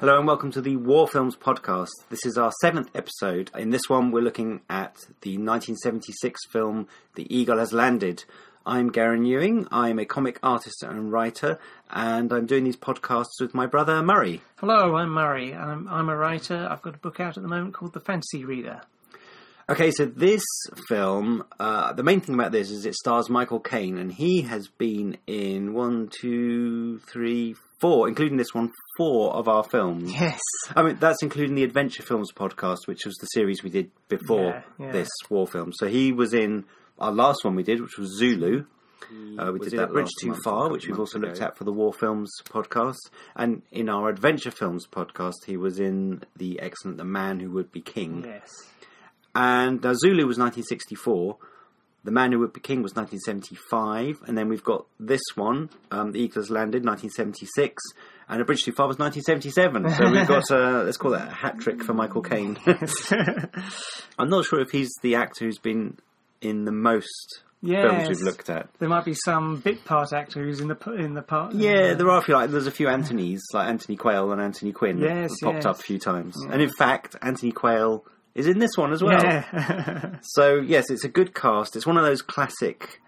Hello and welcome to the War Films podcast. This is our seventh episode. In this one, we're looking at the 1976 film The Eagle Has Landed. I'm Garen Ewing. I'm a comic artist and writer, and I'm doing these podcasts with my brother Murray. Hello, I'm Murray, and I'm, I'm a writer. I've got a book out at the moment called The Fantasy Reader. Okay, so this film, uh, the main thing about this is it stars Michael Caine, and he has been in one, two, three, four, including this one, four of our films. Yes. I mean, that's including the Adventure Films podcast, which was the series we did before Yeah, yeah. this war film. So he was in our last one we did, which was Zulu. Uh, we was did in that it Bridge last Too month, a Far, couple which we've months also looked ago. at for the War Films podcast. And in our Adventure Films podcast, he was in the excellent The Man Who Would Be King. Yes. And now Zulu was 1964. The Man Who Would Be King was 1975, and then we've got this one, um, The Eagles Landed, 1976, and A Bridge Too Far was 1977. So we've got, uh, let's call that a hat trick for Michael Caine. I'm not sure if he's the actor who's been in the most films Yes. we've looked at. There might be some bit part actor who's in the p- in the part. Yeah, there are a few. Like, there's a few Anthony's, like Anthony Quayle and Anthony Quinn, that Yes, popped yes. up a few times. And in fact, Anthony Quayle is in this one as well. Yeah. So yes, it's a good cast. It's one of those classic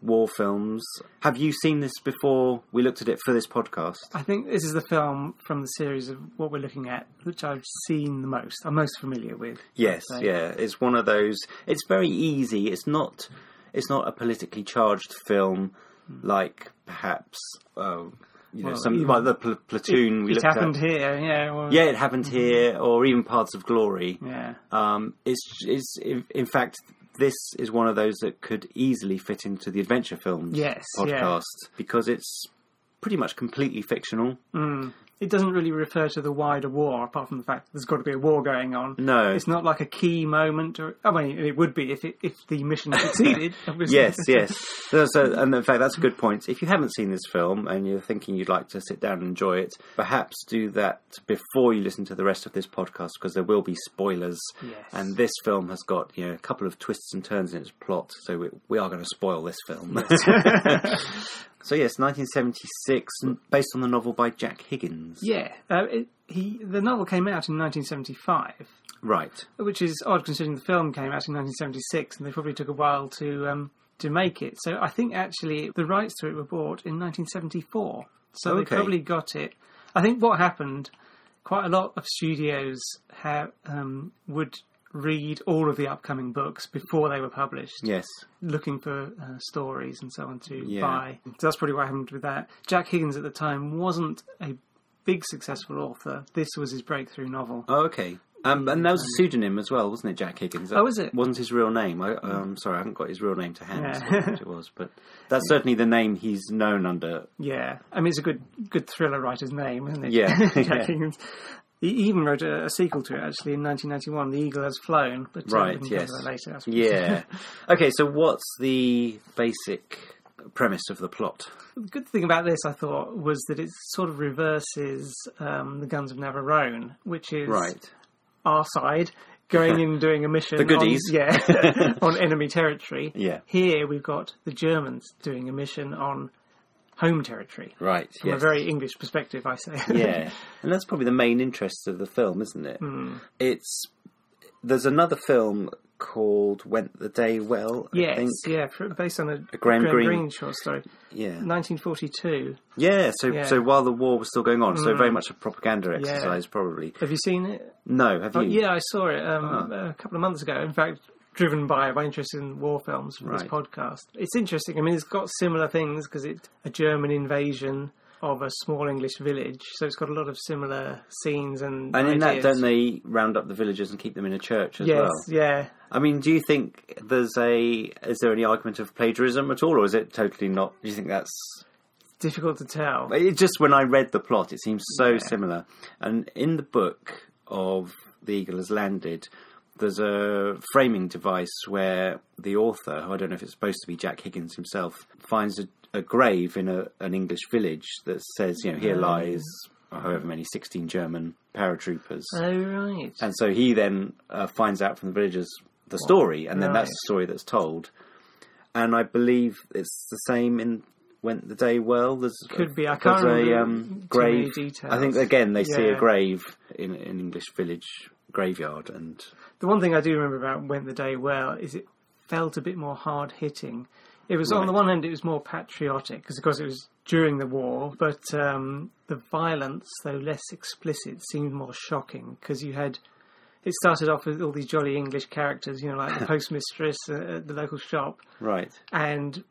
war films. Have you seen this before? We looked at it for this podcast. I think this is the film from the series of what we're looking at, which I've seen the most. I'm most familiar with. Yes, Right. yeah. It's one of those. It's very easy. It's not. It's not a politically charged film like perhaps uh, you know Hmm. Well, some even- like the pl- platoon we it looked happened Mm-hmm. at. here. Yeah. Well, Yeah, it happened here, or even parts of Glory. Yeah. Um, it's, it's in in fact this is one of those that could easily fit into the adventure films Yes, yeah. podcast because it's pretty much completely fictional. It doesn't really refer to the wider war, apart from the fact there's got to be a war going on. No. It's not like a key moment. Or, I mean, it would be if it, if the mission succeeded. obviously. Yes, yes. There's a- and in fact, that's a good point. If you haven't seen this film and you're thinking you'd like to sit down and enjoy it, perhaps do that before you listen to the rest of this podcast because there will be spoilers. Yes. And this film has got you know a couple of twists and turns in its plot, so we, we are going to spoil this film. so yes, 1976, n- based on the novel by Jack Higgins. Yeah, uh, it, he the novel came out in 1975, Right. which is odd considering the film came out in 1976, and they probably took a while to um, to make it. So I think actually the rights to it were bought in 1974, so Okay. they probably got it. I think what happened, quite a lot of studios have, um, would read all of the upcoming books before they were published Yes. looking for uh, stories and so on to Yeah. buy. So that's probably what happened with that. Jack Higgins at the time wasn't a big successful author. This was his breakthrough novel. Oh, okay. Um, and that was a pseudonym as well, wasn't it, Jack Higgins? That Oh, is it? Mm. Wasn't his real name? I, um, sorry, I haven't got his real name to hand. Yeah. so I thought it was, but that's certainly the name he's known under. Yeah, I mean it's a good good thriller writer's name, isn't it? Yeah. Jack Yeah. Higgins. He even wrote a, a sequel to it actually in 1991, The Eagle Has Flown. But uh, Right, we can cover yes. that later. that's- Yeah. okay. So, what's the basic premise of the plot? The good thing about this, I thought, was that it sort of reverses um, the Guns of Navarone, which is Right. our side going in and doing a mission. the goodies. On, yeah, on enemy territory. Yeah. Here we've got the Germans doing a mission on home territory. Right. From a very English perspective, I say. yeah, and that's probably the main interest of the film, isn't it? Hmm. Mm. It's there's another film called "Went the Day Well." I yes, think. yeah, fr- based on a, a Graham Greene. short story. Yeah. 1942. Yeah, so Yeah. Hmm. so while the war was still going on, so very much a propaganda exercise, probably. Have you seen it? No, have you? Oh, Yeah, I saw it um, Ah. a couple of months ago. In fact, driven by my interest in war films from this Right. podcast. It's interesting. I mean, it's got similar things because it's a German invasion of a small English village, so it's got a lot of similar scenes and And in that, ideas. don't they round up the villagers and keep them in a church as Yes, well? yeah. I mean, do you think there's a is there any argument of plagiarism at all, or is it totally not? Do you think that's Difficult to tell. it? Just when I read the plot, it seems so similar. And in the book of The Eagle Has Landed, there's a framing device where the author, who I don't know if it's supposed to be Jack Higgins himself, finds a, a grave in a, an English village that says, you know, Mm. here lies however many sixteen German paratroopers. Oh right. And so he then uh, finds out from the villagers the story, and then that's Right. the story that's told. And I believe it's the same in went the day well. There's Could be. I can't there's remember a too um, many grave. I think details. again they see a Yeah. grave in an English village graveyard, and The one thing I do remember about Went the Day Well is it felt a bit more hard hitting. It was on Right. the one hand, it was more patriotic because, of course, it was during the war, but um, the violence, though less explicit, seemed more shocking because you had. It started off with all these jolly English characters, you know, like the postmistress uh, at the local shop, right, and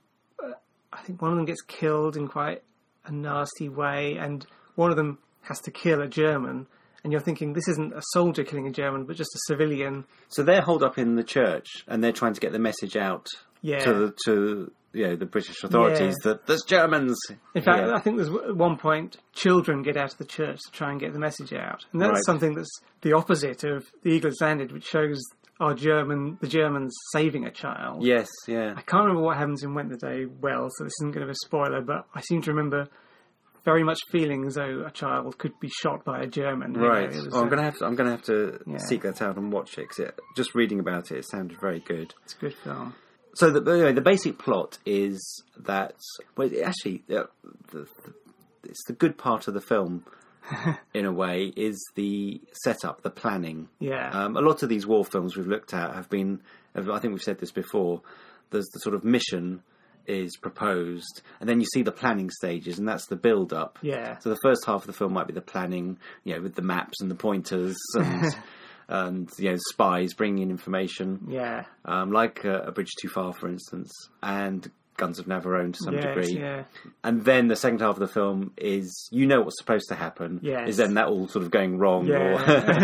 uh, I think one of them gets killed in quite a nasty way, and one of them has to kill a German. And you're thinking this isn't a soldier killing a German, but just a civilian. so they're holed up in the church, and they're trying to get the message out Yeah. to the, to you know the British authorities Yeah. that there's Germans. In fact, here. I think there's w- at one point children get out of the church to try and get the message out, and that's Right. something that's the opposite of the Eagles Landed, which shows our German the Germans saving a child. yes, yeah, I can't remember what happens in Went the Day Well, so this isn't going to be a spoiler, but I seem to remember very much feeling as though a child could be shot by a German. you know, right. it was Oh, I'm a- gonna have to, I'm gonna have to Yeah. seek that out and watch it 'cause it, just reading about it, it sounded very good. It's a good film. so the anyway, the basic plot is that well it- actually uh, the, the, it's the good part of the film in a way is the setup the planning Yeah. um, a lot of these war films we've looked at have been have, I think we've said this before there's the sort of mission is proposed and then you see the planning stages and that's the build up Yeah. so the first half of the film might be the planning you know with the maps and the pointers and and you know spies bringing in information yeah. um, like uh, A Bridge Too Far, for instance, and Guns of Navarone to some Yes, degree. yeah. And then the second half of the film is you know what's supposed to happen. Yes. Is then that all sort of going wrong, Yeah.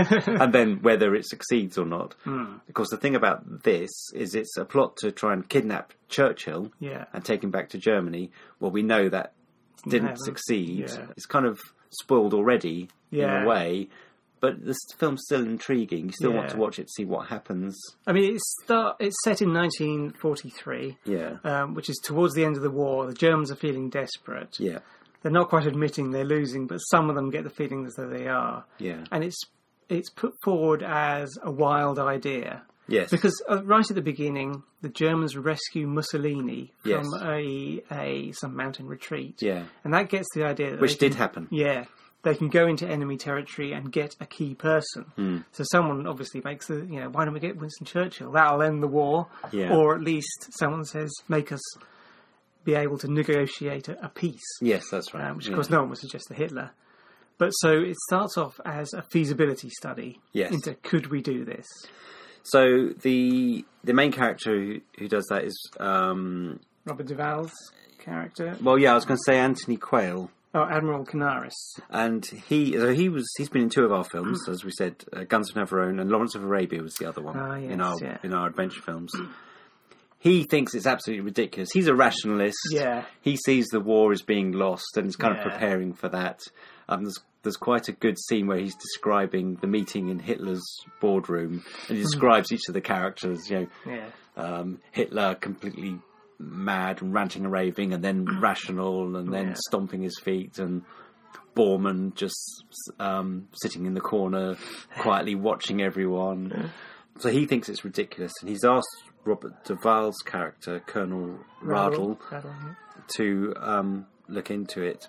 Hmm. or and then whether it succeeds or not. Of course, the thing about this is it's a plot to try and kidnap Churchill Yeah. and take him back to Germany. Well, we know that didn't haven't. succeed. Yeah. It's kind of spoiled already in Yeah. a way. But this film's still intriguing. You still want Yeah. to watch it, see what happens. I mean, it's start. It's set in 1943, Yeah. um, which is towards the end of the war. The Germans are feeling desperate. Yeah. They're not quite admitting they're losing, but some of them get the feeling as though they are. Yeah. And it's it's put forward as a wild idea Yes. because uh, right at the beginning, the Germans rescue Mussolini from Yes. a a some mountain retreat. Yeah. and that gets the idea that Which they did happen. Yeah, they can go into enemy territory and get a key person. Hmm. So someone obviously makes the you know why don't we get Winston Churchill? That'll end the war, Yeah. or at least someone says make us be able to negotiate a, a peace, Yes, that's right. um, which of Yeah. course no one would suggest to Hitler. But so it starts off as a feasibility study Yes. into could we do this? So the the main character who, who does that is um Robert Duvall's character, well yeah I was going to say Anthony Quayle oh Admiral Canaris, and he so he was he's been in two of our films as we said uh, Guns of Navarone and Lawrence of Arabia was the other one Ah, yes, in our yeah. in our adventure films. He thinks it's absolutely ridiculous. He's a rationalist. Yeah. He sees the war is being lost and is kind of Yeah. preparing for that. Um, there's there's quite a good scene where he's describing the meeting in Hitler's boardroom and Hmm. he describes each of the characters. You know, yeah. um, Hitler completely mad and ranting and raving, and then rational, and then Yeah. stomping his feet, and Bormann just um, sitting in the corner, quietly watching everyone. So he thinks it's ridiculous, and he's asked Robert Duvall's character, Colonel Radl, Radl, to um, look into it.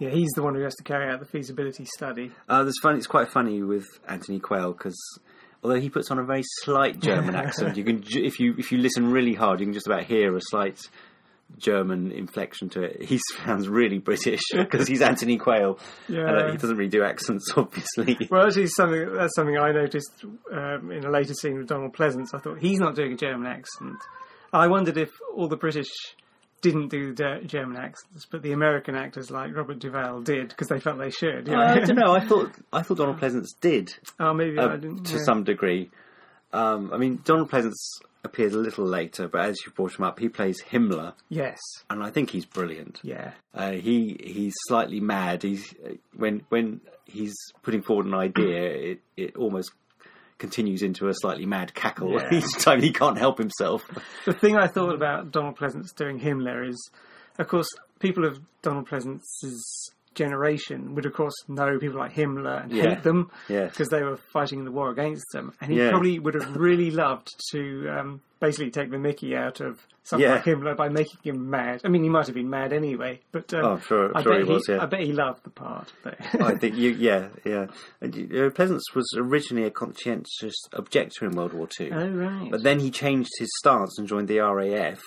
yeah. yeah, he's the one who has to carry out the feasibility study. Uh, there's fun. It's quite funny with Anthony Quayle because although he puts on a very slight German accent, you can ju- if you if you listen really hard, you can just about hear a slight German inflection to it. He sounds really British because he's Anthony Quayle. Yeah. And, uh, he doesn't really do accents, obviously. Well, actually, something that's something I noticed um, in a later scene with Donald Pleasance. I thought he's not doing a German accent. I wondered if all the British didn't do the der- German accents, but the American actors like Robert Duvall did because they felt they should. You Uh, I know? don't know. I thought I thought Donald Pleasance did oh, maybe uh, I didn't. to yeah. some degree. Um, I mean, Donald Pleasance appears a little later, but as you brought him up, he plays Himmler, Yes. and I think he's brilliant. Yeah. Uh, he he's slightly mad. He's uh, when when he's putting forward an idea, it it almost continues into a slightly mad cackle Yeah. each time he can't help himself. The thing I thought about Donald Pleasance doing Himmler is, of course, people of Donald Pleasance's generation would, of course, know people like Himmler and Yeah. hate them Yes. because they were fighting the war against them. And he Yeah. probably would have really loved to um, basically take the mickey out of someone Yeah. like Himmler by making him mad. I mean, he might have been mad anyway, but um, Oh, I'm sure- I, sure bet he was, yeah. I bet he loved the part. But I think you, yeah, yeah. And, you know, Pleasance was originally a conscientious objector in World War Two, oh, right. but then he changed his stance and joined the RAF.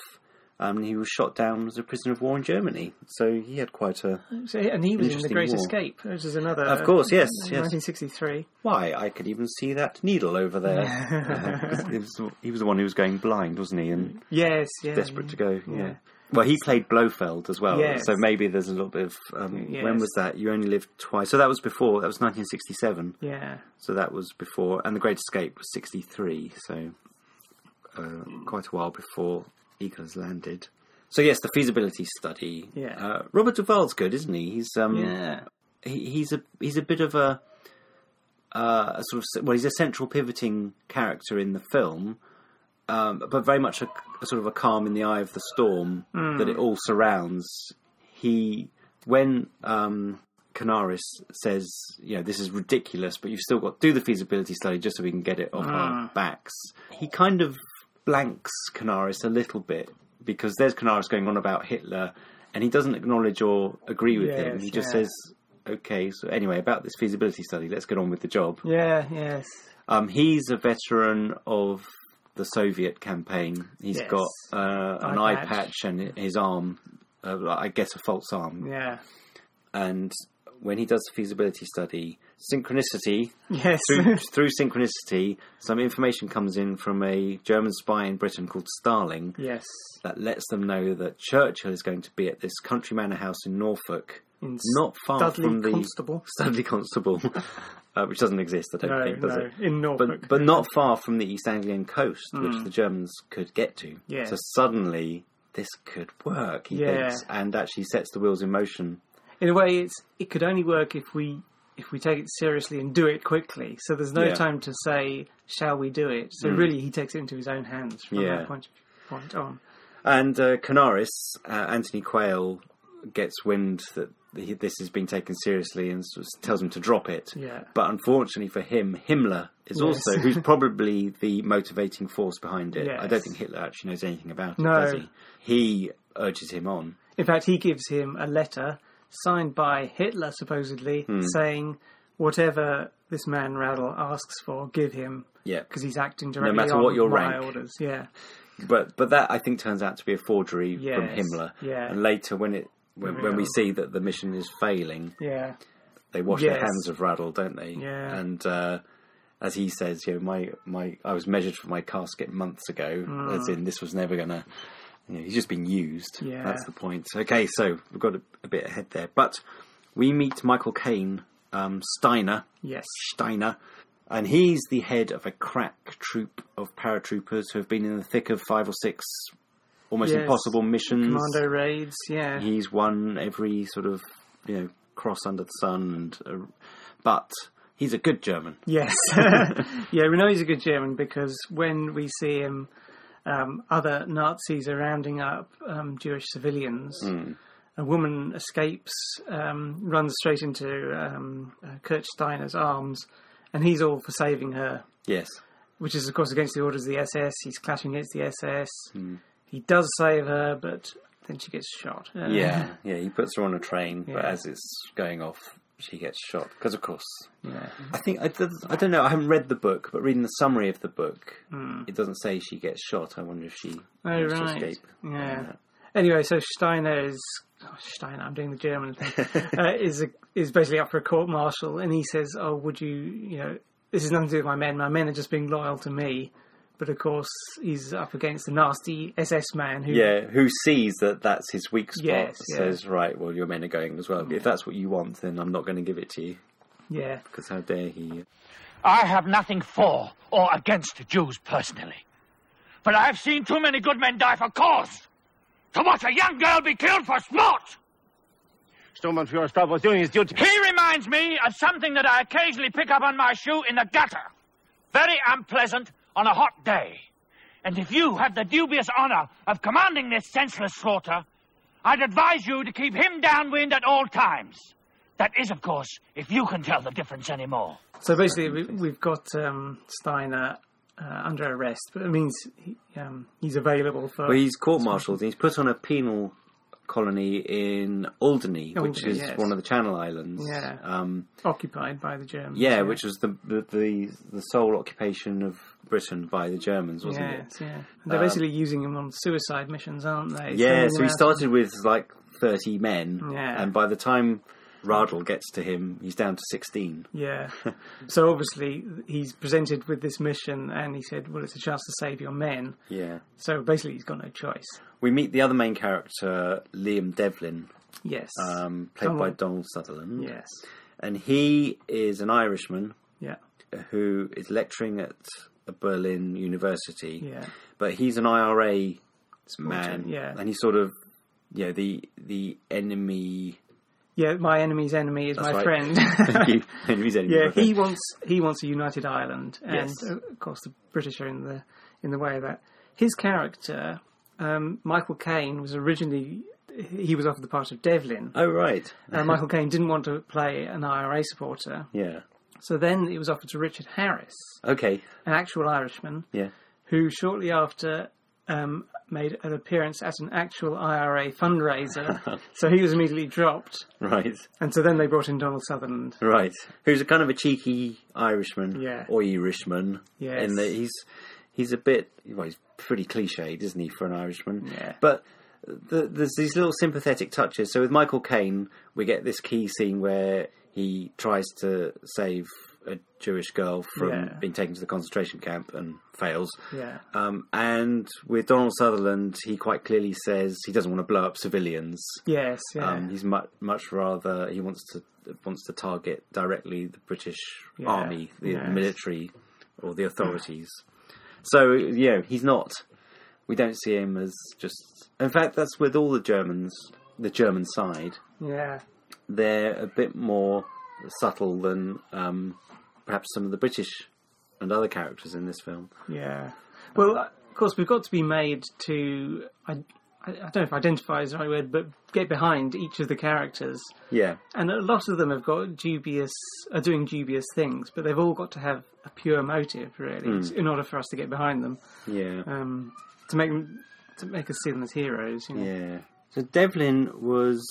Um, and he was shot down as a prisoner of war in Germany. So he had quite a So- and he was in The Interesting Great war. Escape, which is another. uh, Of course, yes, yes. 1963. why. I could even see that needle over there. he, was, he was the one who was going blind, wasn't he? And Yes, yeah. desperate to go. Yeah. Mm. Yeah. Well, he played Blofeld as well, Yes. so maybe there's a little bit of. Um, Yes. When was that? You only lived twice. So that was before. That was 1967. Yeah. So that was before, and The Great Escape was 63. So uh, quite a while before Eagles landed. So yes, the feasibility study. Yeah. Uh, Robert Duvall's good, isn't he? He's um, Yeah. he, he's a he's a bit of a uh, a sort of well, he's a central pivoting character in the film, um, but very much a, a sort of a calm in the eye of the storm Hmm. that it all surrounds. He when um, Canaris says, you know, this is ridiculous, but you've still got to do the feasibility study just so we can get it off Hmm. our backs. He kind of blanks Canaris a little bit because there's Canaris going on about Hitler, and he doesn't acknowledge or agree with him. Yes, He just yeah. says. Okay, so anyway, about this feasibility study, let's get on with the job. Yeah, yes. Um, he's a veteran of the Soviet campaign. He's Yes. got uh, an Eye eye patch. patch and his arm, uh, I guess a false arm. Yeah. And when he does the feasibility study, synchronicity Yes. through, through synchronicity, some information comes in from a German spy in Britain called Starling yes. that lets them know that Churchill is going to be at this country manor house in Norfolk, In not far Studley from the Constable. Studley Constable, uh, which doesn't exist, I don't No, think, does no. it? In Norfolk. But, but not far from the East Anglian coast, which the Germans could get to. Mm. Yeah. So suddenly, this could work, he Yeah. thinks, and actually sets the wheels in motion. in a way, it's it could only work if we if we take it seriously and do it quickly. So there's no Yeah. Mm. time to say, "Shall we do it?" So really, he takes it into his own hands from Yeah. that point point on. And uh, Canaris, uh, Anthony Quayle, gets wind that he, this is being taken seriously and sort of tells him to drop it. Yeah. But unfortunately for him, Himmler is Yes. also, who's probably the motivating force behind it. I don't Yes. think Hitler actually knows anything about it, No. does he? He urges him on. In fact, he gives him a letter signed by Hitler, supposedly Hmm. saying, "Whatever this man Radl asks for, give him." Yeah. because he's acting directly matter on what your my rank. orders. Yeah, But but that I think turns out to be a forgery from Yes, Himmler. yeah. And later when it when, when we Real. see that the mission is failing, yeah, they wash their Yes. hands of Raddle, don't they? Yeah. And uh, as he says, you know, my my I was measured for my casket months ago. Mm. As in, this was never gonna. You know, he's just been used. Yeah. That's the point. Okay, so we've got a, a bit ahead there, but we meet Michael Caine, um, Steiner, yes, Steiner, and he's the head of a crack troop of paratroopers who have been in the thick of five or six almost Yes. impossible missions. commando raids. Yeah, He's won every sort of you know cross under the sun, and uh, but he's a good German. Yes. yeah, we know he's a good German because when we see him, um, other Nazis are rounding up um, Jewish civilians. A woman escapes, um, runs straight into um, uh, Kurt Steiner's arms, and he's all for saving her, Yes, which is, of course, against the orders of the SS. He's clashing against the SS. He does save her, but then she gets shot. Uh, yeah, yeah. He puts her on a train, but Yeah. as it's going off, she gets shot because, of course, yeah. I think I, don't- I don't know. I haven't read the book, but reading the summary of the book, it doesn't say she gets shot. I wonder if she Hmm. Oh, managed right. to escape. Yeah. Anyway, so Steiner is oh, Steiner. I'm doing the German thing. uh, is a, is basically up for a court martial, and he says, "Oh, would you? You know, this is nothing to do with my men. My men are just being loyal to me." But of course, he's up against a nasty SS man who Yeah, who sees that that's his weak spot Yes, yeah. Mm. says, right, well, your men are going as well. If that's what you want, then I'm not going to give it to you yeah. because how dare he? I have nothing for or against the Jews personally. But I've seen too many good men die for cause. To watch a young girl be killed for sport! Sturmbannführerstab was doing his duty. He reminds me of something that I occasionally pick up on my shoe in the gutter. Very unpleasant on a hot day. And if you have the dubious honor of commanding this senseless slaughter, I'd advise you to keep him downwind at all times. That is, of course, if you can tell the difference anymore. So basically, we, we've got um, Steiner uh, under arrest, but it means he, um, he's available for. Well, he's court-martialed. and He's put on a penal colony in Alderney, which Alderney, is yes. one of the Channel Islands. Yeah. Um, occupied by the Germans. yeah, which was the, the the the sole occupation of Britain by the Germans, wasn't it? Um, Yes, yeah. And they're basically using him on suicide missions, aren't they? Yeah, Sending so him he out- started with like 30 men, Yeah. and by the time Radl gets to him, he's down to 16. Yeah. so obviously, he's presented with this mission, and he said, "Well, it's a chance to save your men." Yeah. So basically, he's got no choice. We meet the other main character, Liam Devlin, Yes. um, played by Donald. Donald Sutherland. yes. And he is an Irishman Yeah. who is lecturing at a Berlin university. Yeah. But he's an IRA man. yeah. And he's sort of, you know, the, the enemy. Yeah. My enemy's enemy is my right. friend. Thank you. Enemy's enemy. Yeah, I think. he wants he wants a united Ireland, and Yes. uh, of course the British are in the in the way of that. His character, um, Michael Caine, was originally he was offered the part of Devlin. Oh, right. Uh, Michael Caine didn't want to play an IRA supporter, Yeah. so then it was offered to Richard Harris, Okay. an actual Irishman, Yeah. who shortly after. Um, made an appearance at an actual IRA fundraiser, so he was immediately dropped. Right. And so then they brought in Donald Sutherland. Right. Who's a kind of a cheeky Irishman. Yeah. Or Irishman. Yes. In that he's he's a bit well, he's pretty cliched, isn't he, for an Irishman? Yeah. But the, there's these little sympathetic touches. So with Michael Caine, we get this key scene where he tries to save a Jewish girl from Yeah. being taken to the concentration camp and fails. Yeah. Um, and with Donald Sutherland, he quite clearly says he doesn't want to blow up civilians. Yes, yeah. Um, he's much much rather he wants to wants to target directly the British Yeah. army, the Yes. Hmm. military, or the authorities. So you know he's not. We don't see him as just. In fact, that's with all the Germans. The German side, yeah. they're a bit more subtle than um, perhaps some of the British and other characters in this film. Yeah. Well, of course, we've got to be made to. I, I don't know if identify is the right word, but get behind each of the characters. Yeah, And a lot of them have got dubious, are doing dubious things, but they've all got to have a pure motive, really, Hmm. in order for us to get behind them, yeah. um, to make them- to make us see them as heroes. You know? Yeah. So Devlin was.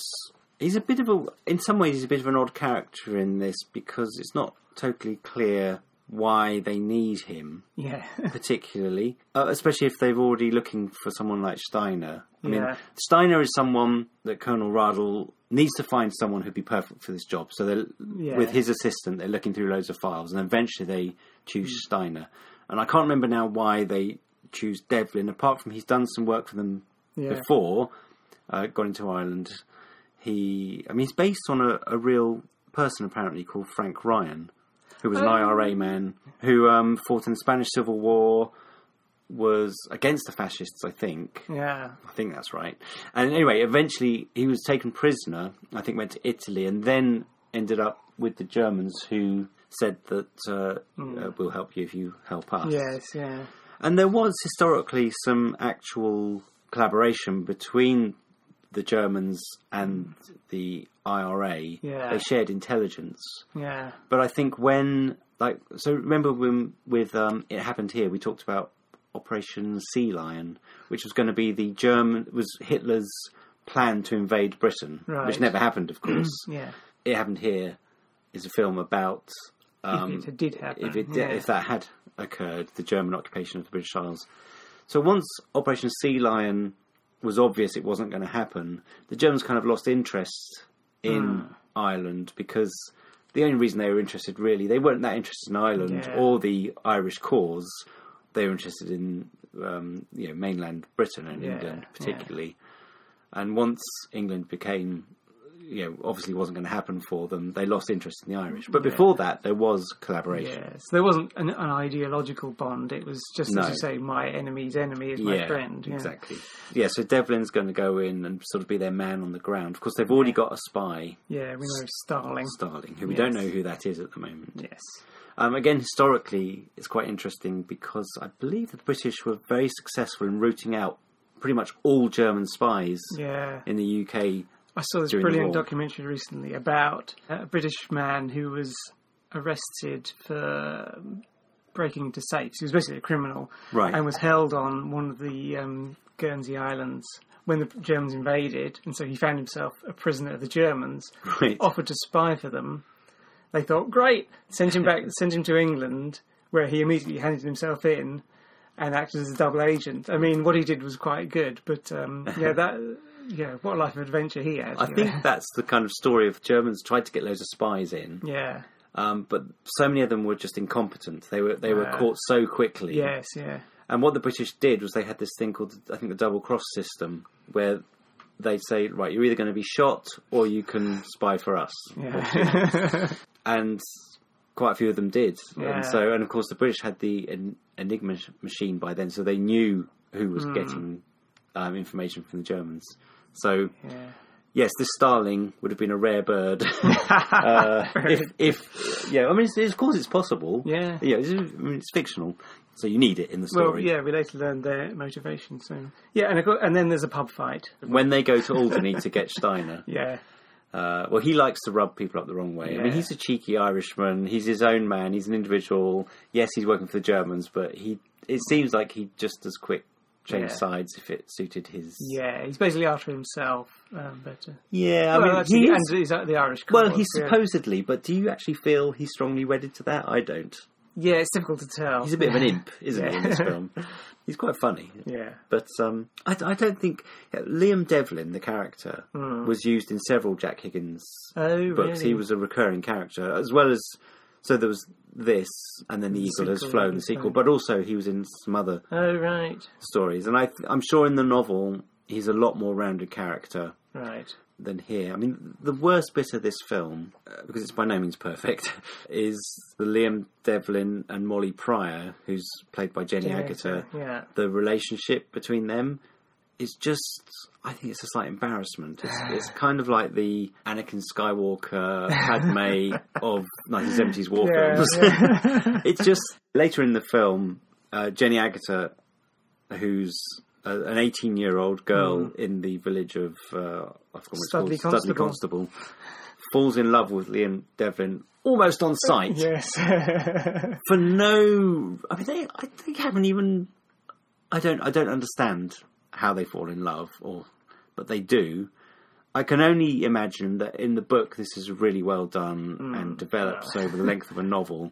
He's a bit of a. In some ways, he's a bit of an odd character in this because it's not totally clear why they need him, Yeah. particularly, uh, especially if they're already looking for someone like Steiner. I mean, Yeah. Steiner is someone that Colonel Radl needs to find someone who'd be perfect for this job. So they're, Yeah. with his assistant, they're looking through loads of files, and eventually they choose Hmm. Steiner. And I can't remember now why they choose Devlin, apart from he's done some work for them Yeah. before uh, got into Ireland, he I mean he's based on a, a real person apparently called Frank Ryan, who was an IRA man who um, fought in the Spanish Civil War, was against the fascists, I think. yeah. I think that's right. And anyway, eventually he was taken prisoner. I think went to Italy and then ended up with the Germans who said that uh, uh, we'll help you if you help us. Yes. Yeah. And there was historically some actual collaboration between the Germans and the IRA. Yeah. They shared intelligence. Yeah. But I think when, like, so remember when with um, It Happened Here, we talked about Operation Sea Lion, which was going to be the German, was Hitler's plan to invade Britain, Right. Mm. which never happened, of course. Yeah. It Happened Here is a film about if it did happen. Um, if it yeah. if that had occurred, the German occupation of the British Isles. So once Operation Sea Lion was obvious it wasn't going to happen, the Germans kind of lost interest in Hmm. Ireland because the only reason they were interested really they weren't that interested in Ireland Yeah. or the Irish cause. They were interested in um, you know mainland Britain and Yeah, England yeah. particularly. And once England became you know, obviously wasn't going to happen for them. They lost interest in the Irish. But before that, there was collaboration. Yes, there wasn't an, an ideological bond. It was just, No. as you say, my enemy's enemy is my friend. Yeah. exactly. Yeah, so Devlin's going to go in and sort of be their man on the ground. Of course, they've already got a spy, Yeah, we know Starling. Starling, who we don't Yes. know who that is at the moment. Yes. Um, again, historically, it's quite interesting because I believe the British were very successful in rooting out pretty much all German spies Yeah. in the UK I saw this During the brilliant war. documentary recently about a British man who was arrested for um, breaking into safes. He was basically a criminal, Right. And was held on one of the um, Guernsey Islands when the Germans invaded, and so he found himself a prisoner of the Germans. Right. Offered to spy for them. They thought, great, send him back, send him to England, where he immediately handed himself in and acted as a double agent. I mean, what he did was quite good, but um, yeah, that yeah, what a life of adventure he had. I you think know. that's the kind of story of Germans tried to get loads of spies in, yeah, um, but so many of them were just incompetent. They were they were Yeah. caught so quickly. yes, yeah, And what the British did was they had this thing called I think the double cross system, where they say, right, you're either going to be shot or you can spy for us. yeah, and quite a few of them did. Yeah. And so, and of course, the British had the en- Enigma sh- machine by then, so they knew who Hmm. was getting um, information from the Germans. So, yeah. yes, this starling would have been a rare bird. uh, if, if, yeah, I mean, it's, it's- of course, it's possible. Yeah. yeah, it's, I mean, it's fictional, so you need it in the story. Well, yeah, we later learned their motivation. So yeah, and of course, and then there's a pub fight. When they go to Albany to get Steiner, Yeah, Uh, well, he likes to rub people up the wrong way. I Yeah. mean, he's a cheeky Irishman. He's his own man. He's an individual. Yes, he's working for the Germans, but he it seems like he just as quick changed Yeah. sides if it suited his. yeah, he's basically after himself, um, but uh, Yeah, I well, mean, actually, he is, and he's uh, the Irish. well, cause, he's yeah. supposedly, but do you actually feel he's strongly wedded to that? I don't. Yeah, it's difficult to tell. He's a bit of an imp, isn't he? In this Yeah. film, he's quite funny. Yeah, But um, I, I don't think Liam Devlin, the character, was used in several Jack Higgins Hmm. Oh, books. really? He was a recurring character, as well as so there was this, and then the, eagle has flown, sequel, the Eagle's sequel. Flown. But also he was in some other Oh right, stories, and I, th- I'm sure in the novel he's a lot more rounded character right. than here. I mean, the worst bit of this film, uh, because it's by no means perfect, is the Liam Devlin and Molly Pryor, who's played by Jenny Yeah, Agutter. yeah. The relationship between them is just. I think it's a slight embarrassment. It's, it's kind of like the Anakin Skywalker Padme of 1970s war Yeah, films. it's just later in the film, uh, Jenny Agutter, who's a, an 18 year old girl in the village of uh, I forgot what it's called, Studley Studley Constable, falls in love with Liam Devlin almost on sight Yes. for no. I mean, they I, they haven't even. I don't I don't understand how they fall in love, or but they do. I can only imagine that in the book this is really well done Hmm. and develops over the length of a novel,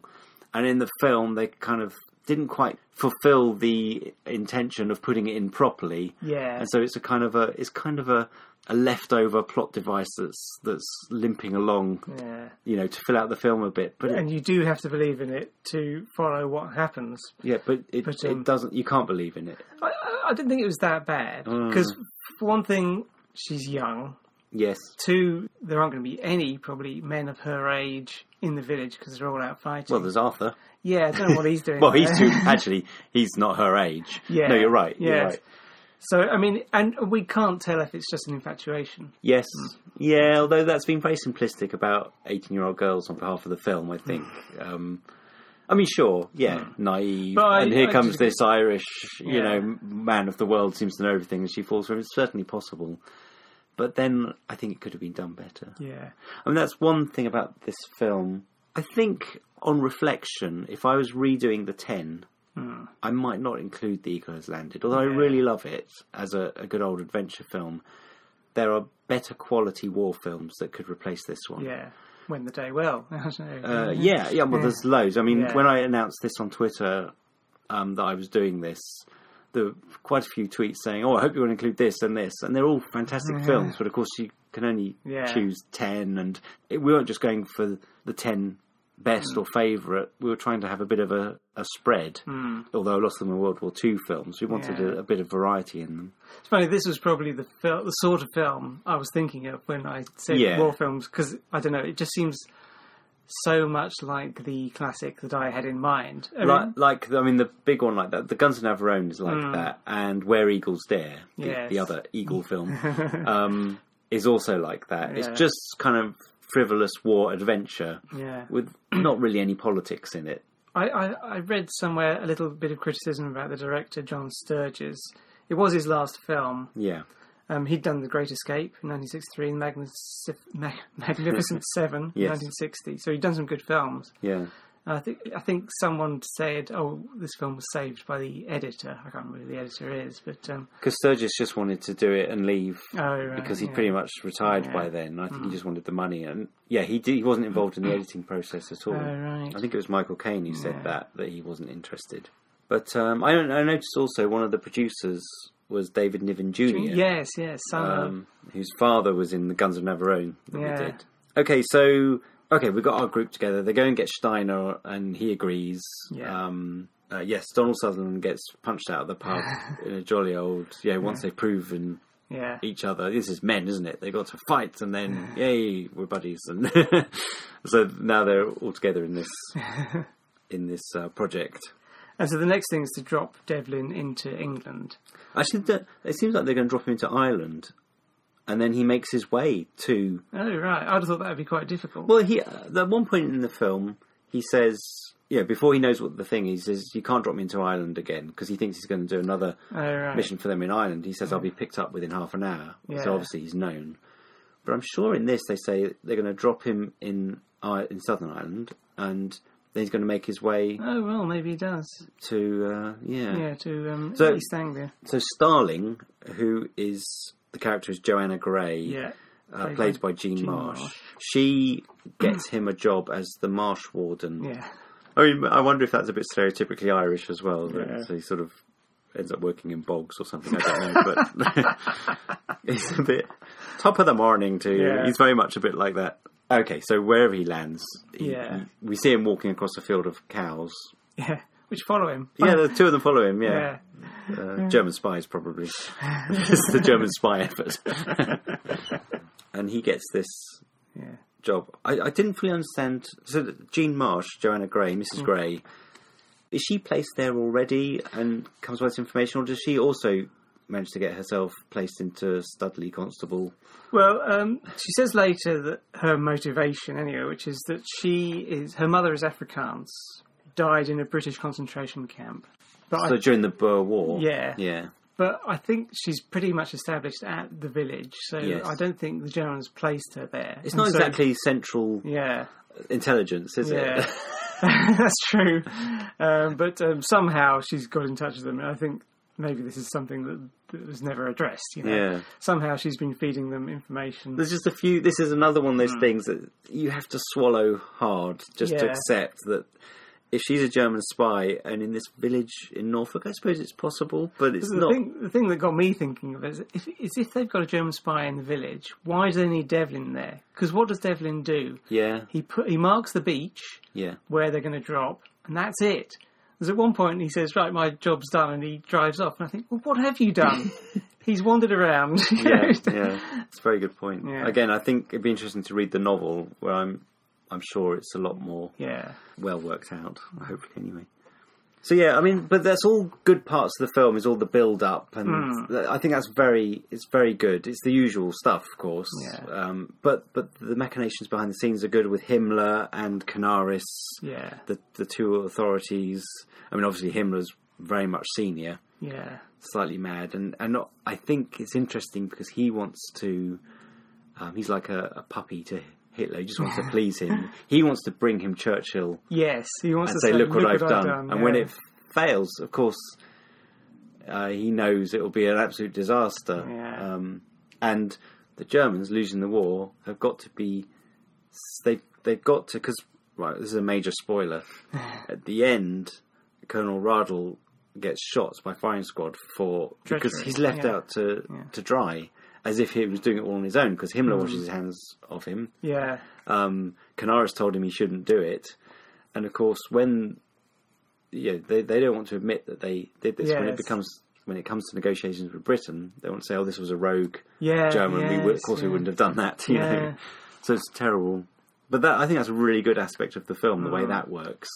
and in the film they kind of didn't quite fulfil the intention of putting it in properly. Yeah. and so it's a kind of a it's kind of a, a leftover plot device that's that's limping along, yeah. you know, to fill out the film a bit. But it And you do have to believe in it to follow what happens. Yeah, but it, But, um, it doesn't. You can't believe in it. I, I- I didn't think it was that bad Mm. because, for one thing, she's young. Yes, Two, there aren't going to be any probably men of her age in the village because they're all out fighting. well, there's Arthur. yeah, I don't know what he's doing. Well, he's there. too. Actually, he's not her age. Yeah. No, you're right. You're Yeah. right. So I mean, and we can't tell if it's just an infatuation. Yes. Yeah. Although that's been very simplistic about 18 year old girls on behalf of the film. I think. Hmm. um, I mean, sure. Yeah. Naive. But I- and here I comes just- this Irish, you Yeah. know, man of the world seems to know everything, and she falls for him. It's certainly possible. But then I think it could have been done better. Yeah. I mean, that's one thing about this film. I think, on reflection, if I was redoing the 10, I might not include The Eagle Has Landed, although I really love it as a, a good old adventure film. There are better quality war films that could replace this one. Yeah. When the day well. Uh, yeah, yeah. Well, there's loads. I mean, Yeah. when I announced this on Twitter um, that I was doing this, there were quite a few tweets saying, "Oh, I hope you will include this and this," and they're all fantastic films. But of course, you can only Mm-hmm. Yeah. choose ten, and it, we weren't just going for the ten best Mm. or favourite. We were trying to have a bit of a, a spread. Although a lot of them were World War Two films, we wanted Mm. Yeah. a, a bit of variety in them. It's funny. This was probably the fil- the sort of film I was thinking of when I said Yeah. war films because I don't know. It just seems so much like the classic that I had in mind. I mean, Like, like, I mean, the big one like that, the Guns of Navarone is like that, and Where Eagles Dare, the, Mm. Yes. the other Eagle film, um, is also like that. Yeah. It's just kind of frivolous war adventure yeah. with not really any politics in it. I, I, I read somewhere a little bit of criticism about the director John Sturges. It was his last film, Yeah, Um, he'd done The Great Escape in 1963 and Magnific- Mag- Magnificent Seven in Yes. 1960. So he'd done some good films. Yeah. And I think I think someone said, "Oh, this film was saved by the editor." I can't remember who the editor is, but um, Because Sturgis just wanted to do it and leave oh, right, because he'd yeah. pretty much retired Yeah. Mm. by then. I think he just wanted the money. And yeah, he, did, he wasn't involved in the editing process at all. Oh, right. I think it was Michael Caine who said Yeah. that, that he wasn't interested. But um, I, I noticed also one of the producers was David Niven Jr. Yes, yes, son of- um, whose father was in the Guns of Navarone that Yeah. we did. Okay, so okay, we got our group together. They go and get Steiner, and he agrees. Yeah. Um, uh, yes, Donald Sutherland gets punched out of the pub in a jolly old yeah. Once they've proven yeah. each other, this is men, isn't it? They got to fight, and then yay, we're buddies, and so now they're all together in this in this uh, project. And so the next thing is to drop Devlin into England. Actually, th- it seems like they're going to drop him into Ireland, and then he makes his way to Oh, right. I'd have thought that would be quite difficult. Well, he uh, at one point in the film, he says, "Yeah." Before he knows what the thing is, he says, "You can't drop me into Ireland again," because he thinks he's going to do another oh, right. mission for them in Ireland. He says, "I'll be picked up within half an hour." Yeah. So obviously he's known. But I'm sure in this they say they're going to drop him in I- in Southern Ireland, and then he's going to make his way Oh, well, maybe he does. to uh, yeah. Yeah, to um, So- East Anglia. So Starling, who is the character is Joanna Gray, Yeah. uh, played by Jean, Marsh. Marsh. She gets him a job as the marsh warden. Yeah. I mean, I wonder if that's a bit stereotypically Irish as well. that- Yeah. So he sort of ends up working in bogs or something. I don't know, but it's a bit top of the morning to you. Yeah. He's very much a bit like that. Okay, so wherever he lands, he- Yeah. he- we see him walking across a field of cows. Yeah. Which follow him. Yeah, the two of them follow him. Yeah. Yeah, Uh, German spies probably. it's the German spy effort, and he gets this Yeah. job. I, I didn't fully understand. So that Jean Marsh, Joanna Gray, Mrs. Mm. Gray, is she placed there already and comes by this information, or does she also manage to get herself placed into Studley Constable? Well, um, she says later that her motivation, anyway, which is that she is her mother is Afrikaans, died in a British concentration camp. But I So during the Boer War. Yeah. Yeah. But I think she's pretty much established at the village, so Yes. I don't think the Germans placed her there. It's And not so- exactly central Yeah, intelligence, is yeah, it? that's true. Um, but um, somehow she's got in touch with them, and I think maybe this is something that, that was never addressed. You know, Yeah. somehow she's been feeding them information. There's just a few. This is another one of those things that you have to swallow hard just to Mm. Yeah. accept that if she's a German spy and in this village in Norfolk, I suppose it's possible, but it's the not. thing, the thing that got me thinking of it is if, is if they've got a German spy in the village, why do they need Devlin there? Because what does Devlin do? Yeah, He put he marks the beach, yeah. where they're going to drop, and that's it. Because at one point he says, "Right, my job's done," and he drives off. And I think, "Well, what have you done?" He's wandered around. you know. yeah, yeah, it's a very good point. Yeah. Again, I think it'd be interesting to read the novel, where I'm, I'm sure it's a lot more yeah, well worked out. Hopefully, anyway. So yeah, I mean, but that's all good parts of the film. Is all the build up, and Hmm. th- I think that's very, it's very good. It's the usual stuff, of course. Yeah. Um, but but the machinations behind the scenes are good with Himmler and Canaris, yeah, the the two authorities. I mean, obviously Himmler's very much senior. yeah, slightly mad, and and not- I think it's interesting because he wants to. Um, he's like a, a puppy to Hitler. He just wants to please him. He wants to bring him Churchill yes. He wants and to say, "Look what I've done." And when yeah. it fails, of course, uh, he knows it will be an absolute disaster. Yeah. Um, and the Germans losing the war have got to be they they've got to because right this is a major spoiler. At the end, Colonel Radl gets shot by firing squad for because Treachery, he's left yeah. Mm. out to to dry. As if he was doing it all on his own, because Himmler washes his hands off him. yeah, Um, Canaris told him he shouldn't do it, and of course, when yeah, they they don't want to admit that they did this. When it Yes. becomes when it comes to negotiations with Britain, they want to say, "Oh, this was a rogue yeah, German. we would, of Uh, yes, course, we yeah. wouldn't have done that." You Yeah. know, so it's terrible. But that I think that's a really good aspect of the film, the Mm. way that works.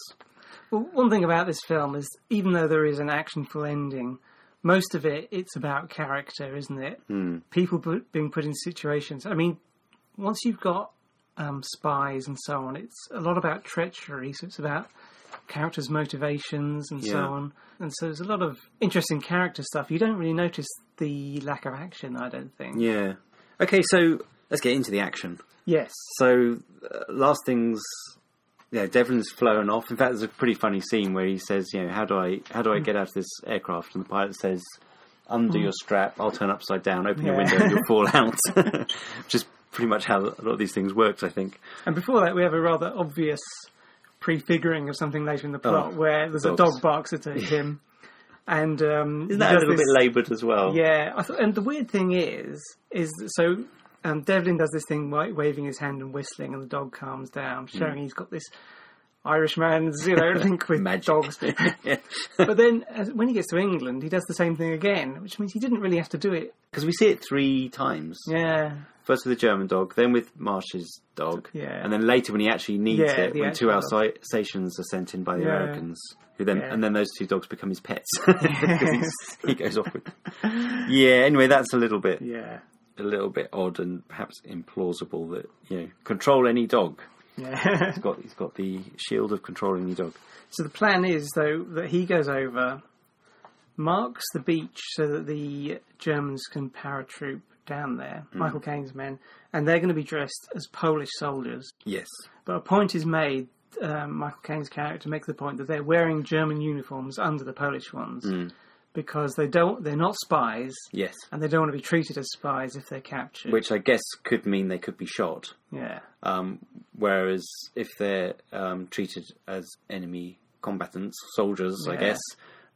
Well, one thing about this film is, even though there is an actionful ending, most of it it's about character, isn't it? Hmm. Mm. People put, being put in situations. I mean, once you've got um, spies and so on, it's a lot about treachery. So it's about characters' motivations and so Yeah. on. And so there's a lot of interesting character stuff you don't really notice the lack of action, I don't think. Yeah. Okay, so let's get into the action. Yes. So, uh, last things, yeah, Devlin's flown off. In fact, there's a pretty funny scene where he says, "You know, how do I, how do I get out of this aircraft?" And the pilot says, "Undo your strap. I'll turn upside down. Open your Hmm. Yeah. window, and you'll fall out." Which is pretty much how a lot of these things works, I think. And before that, we have a rather obvious prefiguring of something later in the plot Oh, where there's a dogs. dog barks at him. And um, Isn't that a little bit laboured as well? Yeah, I th- and the weird thing is, is that- so um, Devlin does this thing like waving his hand and whistling, and the dog calms down, Hmm. showing he's got this Irishman's you know link with Magic. dogs. Yeah. But then as, when he gets to England, he does the same thing again, which means he didn't really have to do it. Because we see it three times. Yeah, First with the German dog, then with Marsh's dog, Yeah. and then later when he actually needs Yeah, it, the when two actual Alsatians are sent in by the Yeah. Americans, who then Yeah. and then those two dogs become his pets. 'Cause he's- he goes off with. Yeah. Anyway, that's a little bit yeah, a little bit odd and perhaps implausible that you know control any dog. yeah. He's got he's got the shield of control any dog. So the plan is, though, that he goes over, marks the beach so that the Germans can paratroop down there, Michael Caine's men, and they're going to be dressed as Polish soldiers. Yes. But a point is made, um, Michael Caine's character makes the point that they're wearing German uniforms under the Polish ones because they don't, they're not spies. Yes. And they don't want to be treated as spies if they're captured. Which I guess could mean they could be shot. yeah, Um, whereas if they're um, treated as enemy combatants, soldiers, I Yeah. guess,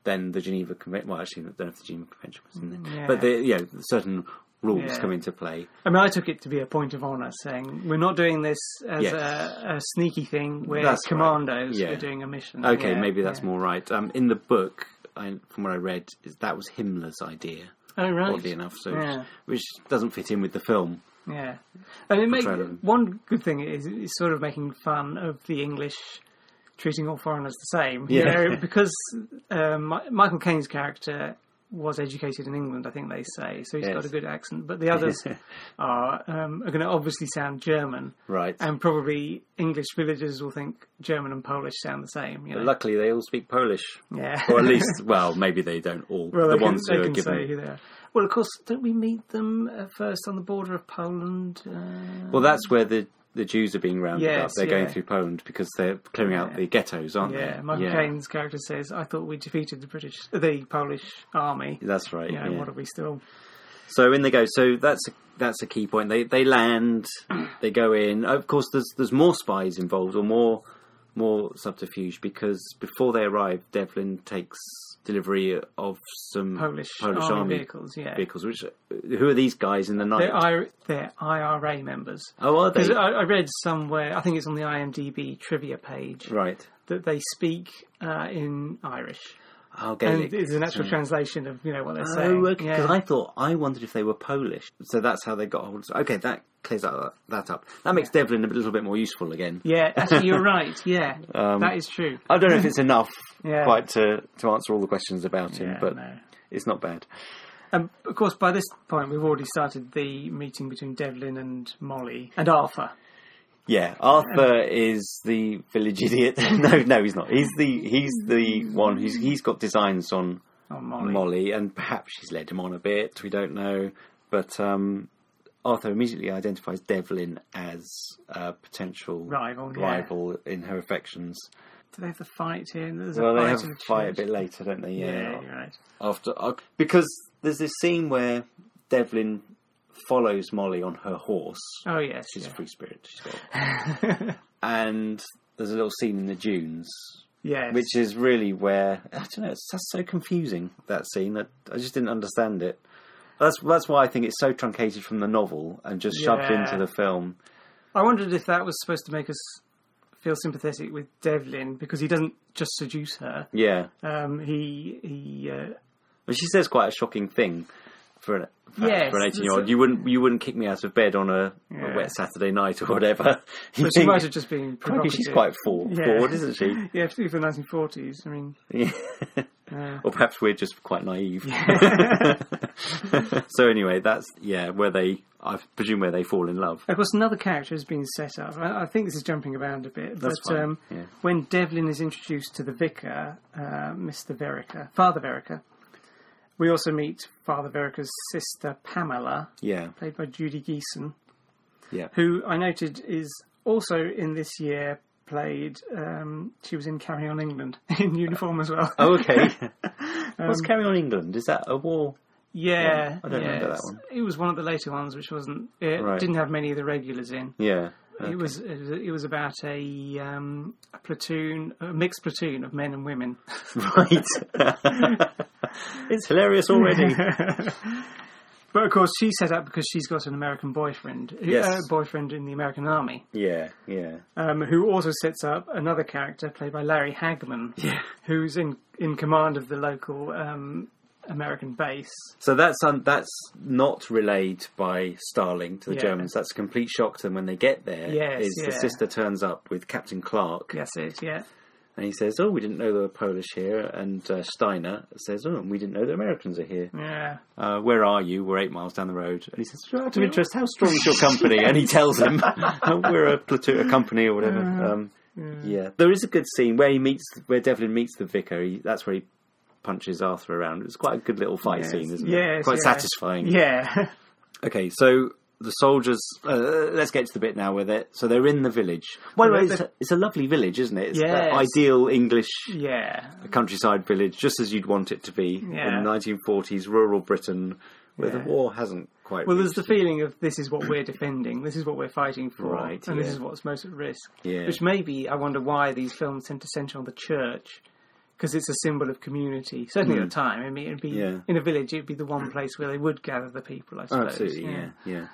then the Geneva Convention. Well, actually, I don't know if the Geneva Convention was in there, Mm, Yeah. but the, you know, certain rules Yeah. come into play. I mean, I took it to be a point of honour, saying we're not doing this as Yes. a, a sneaky thing. We're That's right. commandos. Yeah. We're doing a mission. Okay, Yeah, maybe that's yeah. more right. Um, in the book, I, from what I read, is that was Himmler's idea, Oh right. oddly enough. So, yeah, which, which doesn't fit in with the film. yeah. And it makes Portrayal. one good thing is it's sort of making fun of the English treating all foreigners the same. Yeah. You know, because um, Mi- Michael Caine's character was educated in England, I think they say, so he's Yes. got a good accent. But the others are um, are going to obviously sound German, Right. and probably English villagers will think German and Polish sound the same. You know? Luckily, they all speak Polish, yeah. or at least, well, maybe they don't all. Well, the they can- ones they who are can given say who they are. Well, of course, don't we meet them at first on the border of Poland? Uh, Well, that's where the, the Jews are being rounded up. Yes, They're going yeah. through Poland because they're clearing out Yeah. the ghettos, aren't yeah, they? Michael Caine's character says, "I thought we defeated the British, the Polish army. That's right. You know, yeah. what are we still?" So in they go. So that's a, that's a key point. They they land. they go in. Of course, there's there's more spies involved or more more subterfuge because before they arrive, Devlin takes delivery of some Polish, army, vehicles. Yeah, vehicles. Which who are these guys in the night? they're, I, they're IRA members. oh, are Because they? I, I read somewhere, I think it's on the IMDb trivia page, right. that they speak uh, in Irish, Oh, and Gaelic. it's an actual So- translation of you know what they're saying. Oh, okay. Yeah. Because I thought I wondered if they were Polish, so that's how they got hold. of Okay, that clears that, that up. That makes Devlin a little bit more useful again. Yeah, actually, you're right. Yeah, that is true. Um, I don't know if it's enough Yeah. quite to to answer all the questions about him, Yeah, but no. it's not bad. And of course, by this point, we've already started the meeting between Devlin and Molly and Arthur. Yeah, Arthur is the village idiot. no, no, he's not. He's the he's the one who's he's got designs on Oh, Molly. Molly, and perhaps she's led him on a bit. We don't know, but um, Arthur immediately identifies Devlin as a potential Rival, yeah. rival in her affections. Do they have the fight here? There's well, a fight they have in a the fight a church. bit later, don't they? Oh, Yeah, Yeah. you're right. After uh, because there's this scene where Devlin follows Molly on her horse. Oh yes, She's yeah. a free spirit. She's got. and there's a little scene in the dunes. yes. Which is really where I don't know. It's, that's so confusing that scene that I just didn't understand it. That's that's why I think it's so truncated from the novel and just shoved Yeah. into the film. I wondered if that was supposed to make us feel sympathetic with Devlin because he doesn't just seduce her. Yeah, Um, he he. Uh, But she says quite a shocking thing for an for, Yes, for an eighteen year old. that's- You wouldn't you wouldn't kick me out of bed on a, a Yeah. wet Saturday night or whatever. You but she think, might have just been. "Crikey, Provocative. she's quite for, Yeah. forward, isn't she? Yeah, particularly for the 1940s. I mean, uh, or perhaps we're just quite naive. so anyway, that's yeah where they I presume where they fall in love. Of course, another character has been set up. I, I think this is jumping around a bit, That's but fine, Um, yeah. when Devlin is introduced to the vicar, uh, Mr. Verica, Father Verica, We also meet Father Verica's sister Pamela, Yeah, played by Judy Geeson, yeah. who I noted is also in this year played. Um, she was in Carry On England in uniform as well. Oh, okay. Um, What's Carry On England? Is that a war? yeah, I don't yeah, remember that it's- It was one of the later ones, which wasn't. It Right. didn't have many of the regulars in. Yeah. It was it was- it was about a, um, a platoon, a mixed platoon of men and women. Right. it's hilarious already. But of course, she set up because she's got an American boyfriend, who- Yes. uh, boyfriend in the American Army, yeah, yeah. um, who also sets up another character played by Larry Hagman, who's in in command of the local um, American base. So that's un- that's not relayed by Starling to the Yeah. Germans. That's a complete shock to them when they get there. Yes, is yeah. the sister turns up with Captain Clark That's it. Yeah, and he says, "Oh, we didn't know there were Polish here." And uh, Steiner says, "Oh, and we didn't know the Americans are here. yeah. Uh, where are you? We're eight miles down the road." And he says, "Out of interest, how strong is your company?" And he tells him, "Oh, "We're a platoon, a company, or whatever." Um, yeah. there is a good scene where he meets where Devlin meets the vicar. He, that's where he punches Arthur around. It's quite a good little fight scene, isn't it? Yes, Quite yeah. satisfying. Yeah, Okay, so the soldiers. Uh, let's get to the bit now where they. So they're in the village. By the way, it's a, it's a lovely village, isn't it? It's that Yes. ideal English yeah, countryside village, just as you'd want it to be Yeah. in 1940s rural Britain, where the Yeah. war hasn't quite. Well, there's reached. the feeling of this is what we're defending, this is what we're fighting for, Right, and yeah. this is what's most at risk. Yeah. Which maybe I wonder why these films tend to centre on the church, because it's a symbol of community. Certainly at the time, I mean, it'd be Hmm. Yeah. Oh, in a village, it'd be the one place where they would gather the people. I suppose. absolutely, yeah, yeah.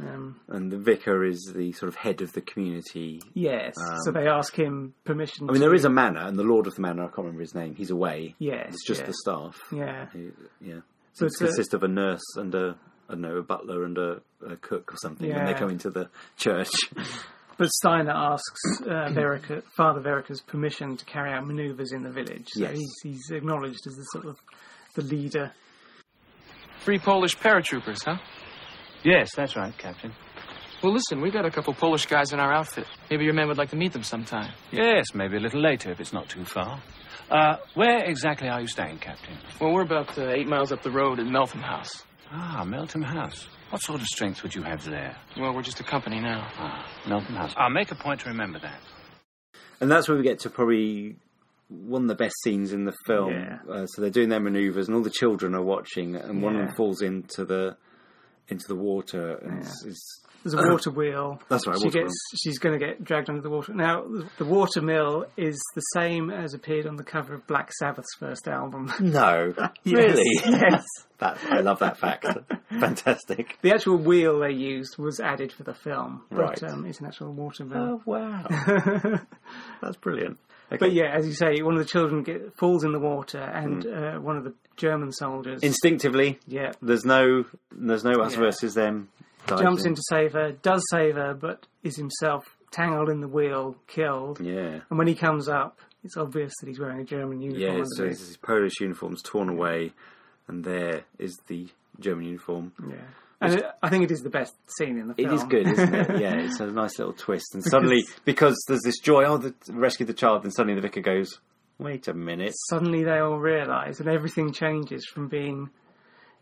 Um, And the vicar is the sort of head of the community. yes. so they ask him permission. Um, I mean, there is a manor, and the lord of the manor. I can't remember his name. He's away. Yes, it's just yeah. the staff. Yeah. who- yeah. So So it's it a- consists of a nurse and a I don't know a butler and a, a cook or something when they Yeah. come into the church. But Steiner asks uh, Verica, Father Verica's permission to carry out manoeuvres in the village. So Yes. he's, he's acknowledged as the sort of the leader. Three Polish paratroopers, huh? Yes, that's right, Captain. Well, listen, we got a couple Polish guys in our outfit. Maybe your men would like to meet them sometime. Yes, maybe a little later if it's not too far. Uh, where exactly are you staying, Captain? Well, we're about uh, eight miles up the road at Meltham House. Ah, Melton House. What sort of strength would you have there? Well, we're just a company now. Ah, Melton House. I'll make a point to remember that. and that's where we get to probably one of the best scenes in the film. Yeah. Uh, so they're doing their manoeuvres, and all the children are watching, and one of Yeah. them falls into the into the water, and it's, it's There's a water wheel. Uh, That's right, She water gets. She's going to get dragged under the water. Now, the- the water mill is the same as appeared on the cover of Black Sabbath's first album. no, Yes, really. yes. that I love that fact. Fantastic. The actual wheel they used was added for the film, but Right. um, it's an actual water mill. Oh wow, that's brilliant. Okay. But yeah, as you say, one of the children get, falls in the water, and Hmm. uh, one of the German soldiers instinctively, yeah there's no there's no us Yeah. versus them. dives jumps in. in to save her, does save her, but is himself tangled in the wheel, killed. yeah. And when he comes up, it's obvious that he's wearing a German uniform. Yeah, so underneath. it's his Polish uniform's torn away, and there is the German uniform. Yeah. And it, I think it is the best scene in the It film. is good, isn't it? Yeah, it's a nice little twist. And suddenly, because there's this joy, oh, the, rescue the child, and suddenly the vicar goes, wait a minute. Suddenly they all realise, and everything changes from being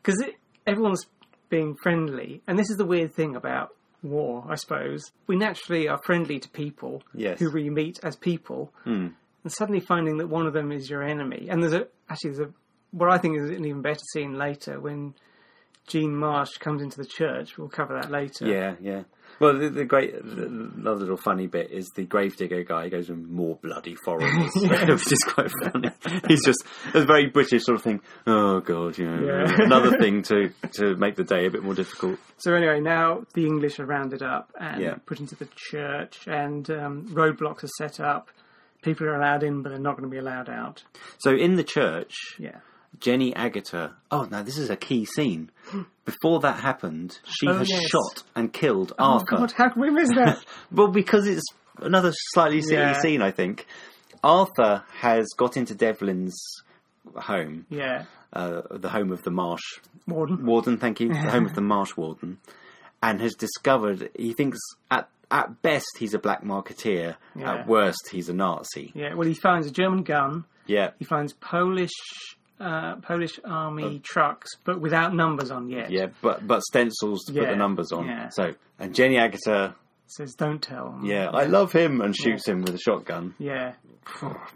because everyone's being friendly, and this is the weird thing about war, I suppose. We naturally are friendly to people Yes. Hmm. who we meet as people, and suddenly finding that one of them is your enemy. And there's a actually there's a what I think is an even better scene later when. Jean Marsh comes into the church. We'll cover that later. Yeah, yeah. Well, the, the great, the, the another little funny bit is the gravedigger guy goes with more bloody foreigners, which is quite funny. He's just a very British sort of thing. Oh God, you know, Yeah. another thing to to make the day a bit more difficult. So anyway, now the English are rounded up and Yeah. put into the church, and um, roadblocks are set up. People are allowed in, but they're not going to be allowed out. So in the church, Yeah, Jenny Agata. Oh no, this is a key scene. Before that happened, she Oh, has yes. shot and killed Oh Arthur. God, how can we miss that? Well, because it's another slightly silly Yeah. scene, I think. Arthur has got into Devlin's home, yeah, uh, the home of the Marsh Morden. warden. Thank you, the home of the Marsh warden, and has discovered. He thinks at at best he's a black marketeer. Yeah. At worst, he's a Nazi. Yeah, well, he finds a German gun. Yeah, He finds Polish uh, Polish army trucks, but without numbers on yet. Yeah, but but stencils to put Yeah, the numbers on. yeah. So and Jenny Agata, Says don't tell. yeah, I love him, and shoots him with a shotgun. Yeah.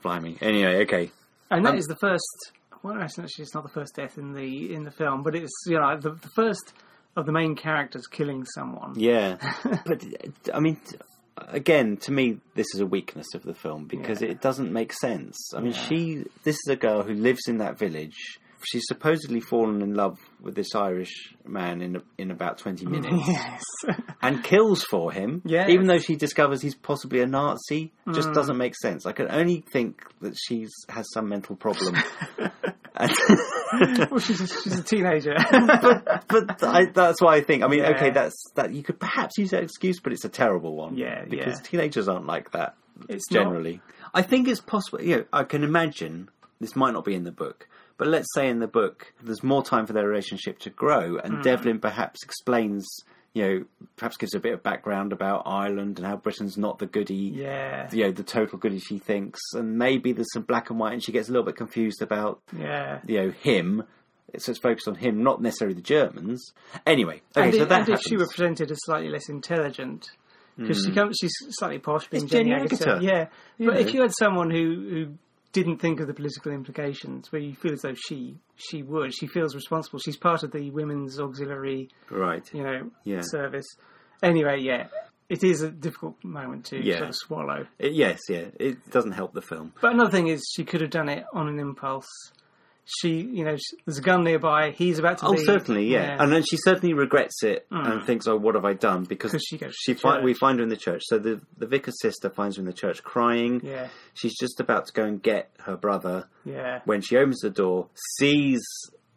Blimey. Anyway, okay. and Um, that is the first. Well, actually, actually, it's not the first death in the in the film, but it's you know the, the first of the main characters killing someone. Yeah, but I mean, t- again, to me, this is a weakness of the film because it doesn't make sense. I mean, she. This is a girl who lives in that village. She's supposedly fallen in love with this Irish man in in about twenty minutes Yes, and kills for him. Yes. even though she discovers he's possibly a Nazi, just doesn't make sense. I can only think that she's has some mental problem. well, she's a, she's a teenager. but I, that's why I think. I mean, Yeah. okay, that's that. You could perhaps use that excuse, but it's a terrible one. Yeah, because yeah. teenagers aren't like that It's not- generally. I think it's possible. You know, I can imagine this might not be in the book, but let's say in the book there's more time for their relationship to grow, and Devlin perhaps explains. You know, perhaps gives a bit of background about Ireland and how Britain's not the goody yeah, you know, the total goody she thinks, and maybe there's some black and white, and she gets a little bit confused about, yeah. you know, him. So it's focused on him, not necessarily the Germans. Anyway, okay, and so if, that and if happens. Hmm. she were presented as slightly less intelligent, because she comes, she's slightly posh being It's Jenny Jenny Agutter. Agutter. Yeah, but know. if you had someone who who didn't think of the political implications, where you feel as though she she would, she feels responsible. She's part of the women's auxiliary, right. you know, Yeah. service. Anyway, yeah, it is a difficult moment to Yeah. sort of swallow. It- yes, yeah. It doesn't help the film. But another thing is, she could have done it on an impulse. She, you know, sh- there's a gun nearby. He's about to. Oh, leave. certainly, yeah. And then she certainly regrets it and thinks, "Oh, what have I done?" Because Mm. 'Cause she goes to fi- church. we find her in the church. So the the vicar's sister finds her in the church crying. Yeah. she's just about to go and get her brother. yeah. when she opens the door, sees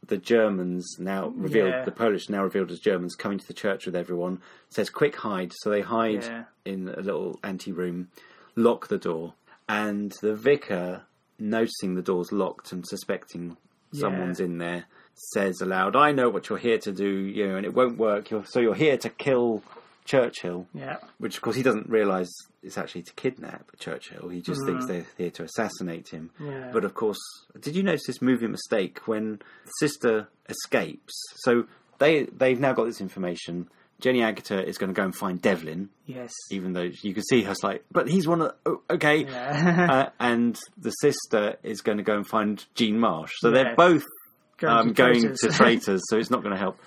the Germans now revealed, Yeah. the Polish now revealed as Germans coming to the church with everyone, says, Quick hide. So they hide Yeah. in a little ante room, lock the door, and the vicar, noticing the door's locked and suspecting someone's in there, says aloud, I know what you're here to do, you know, and it won't work. You're, so you're here to kill Churchill yeah. which of course he doesn't realise is actually to kidnap Churchill. He just thinks they're here to assassinate him. Mm. Yeah. But of course, did you notice this movie mistake when Sister escapes? So they they've now got this information. Jenny Agata is going to go and find Devlin, Yes. even though you can see her like, but he's one of the, oh, okay. Yeah. Uh, and the sister is going to go and find Jean Marsh. So they're Yes. both Going um, to going traitors. to traitors, so it's not going to help.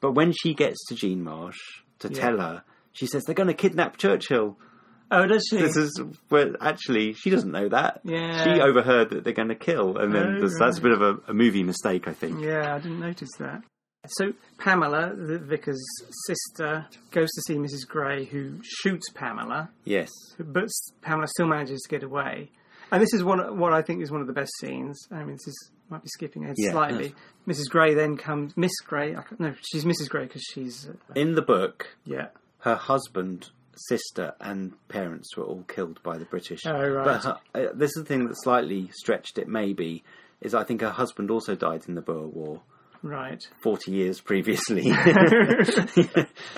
But when she gets to Jean Marsh to tell her, she says they're going to kidnap Churchill. oh, does she? This is well, actually, she doesn't know that. Yeah. She overheard that they're going to kill, and then Oh, there's- that's a bit of a, a movie mistake, I think. Yeah, I didn't notice that. So Pamela, the vicar's sister, goes to see Mrs. Gray, who shoots Pamela, Yes, but s- Pamela still manages to get away. And this is one what I think is one of the best scenes. I mean, this is might be skipping ahead Yeah. slightly. Mrs. Gray then comes. Miss Gray, I can't, no, she's Mrs. Gray because she's uh, in the book, yeah. her husband, sister, and parents were all killed by the British. Oh, right. But her, uh, this is the thing that slightly stretched it. Maybe is I think her husband also died in the Boer War Right. forty years previously.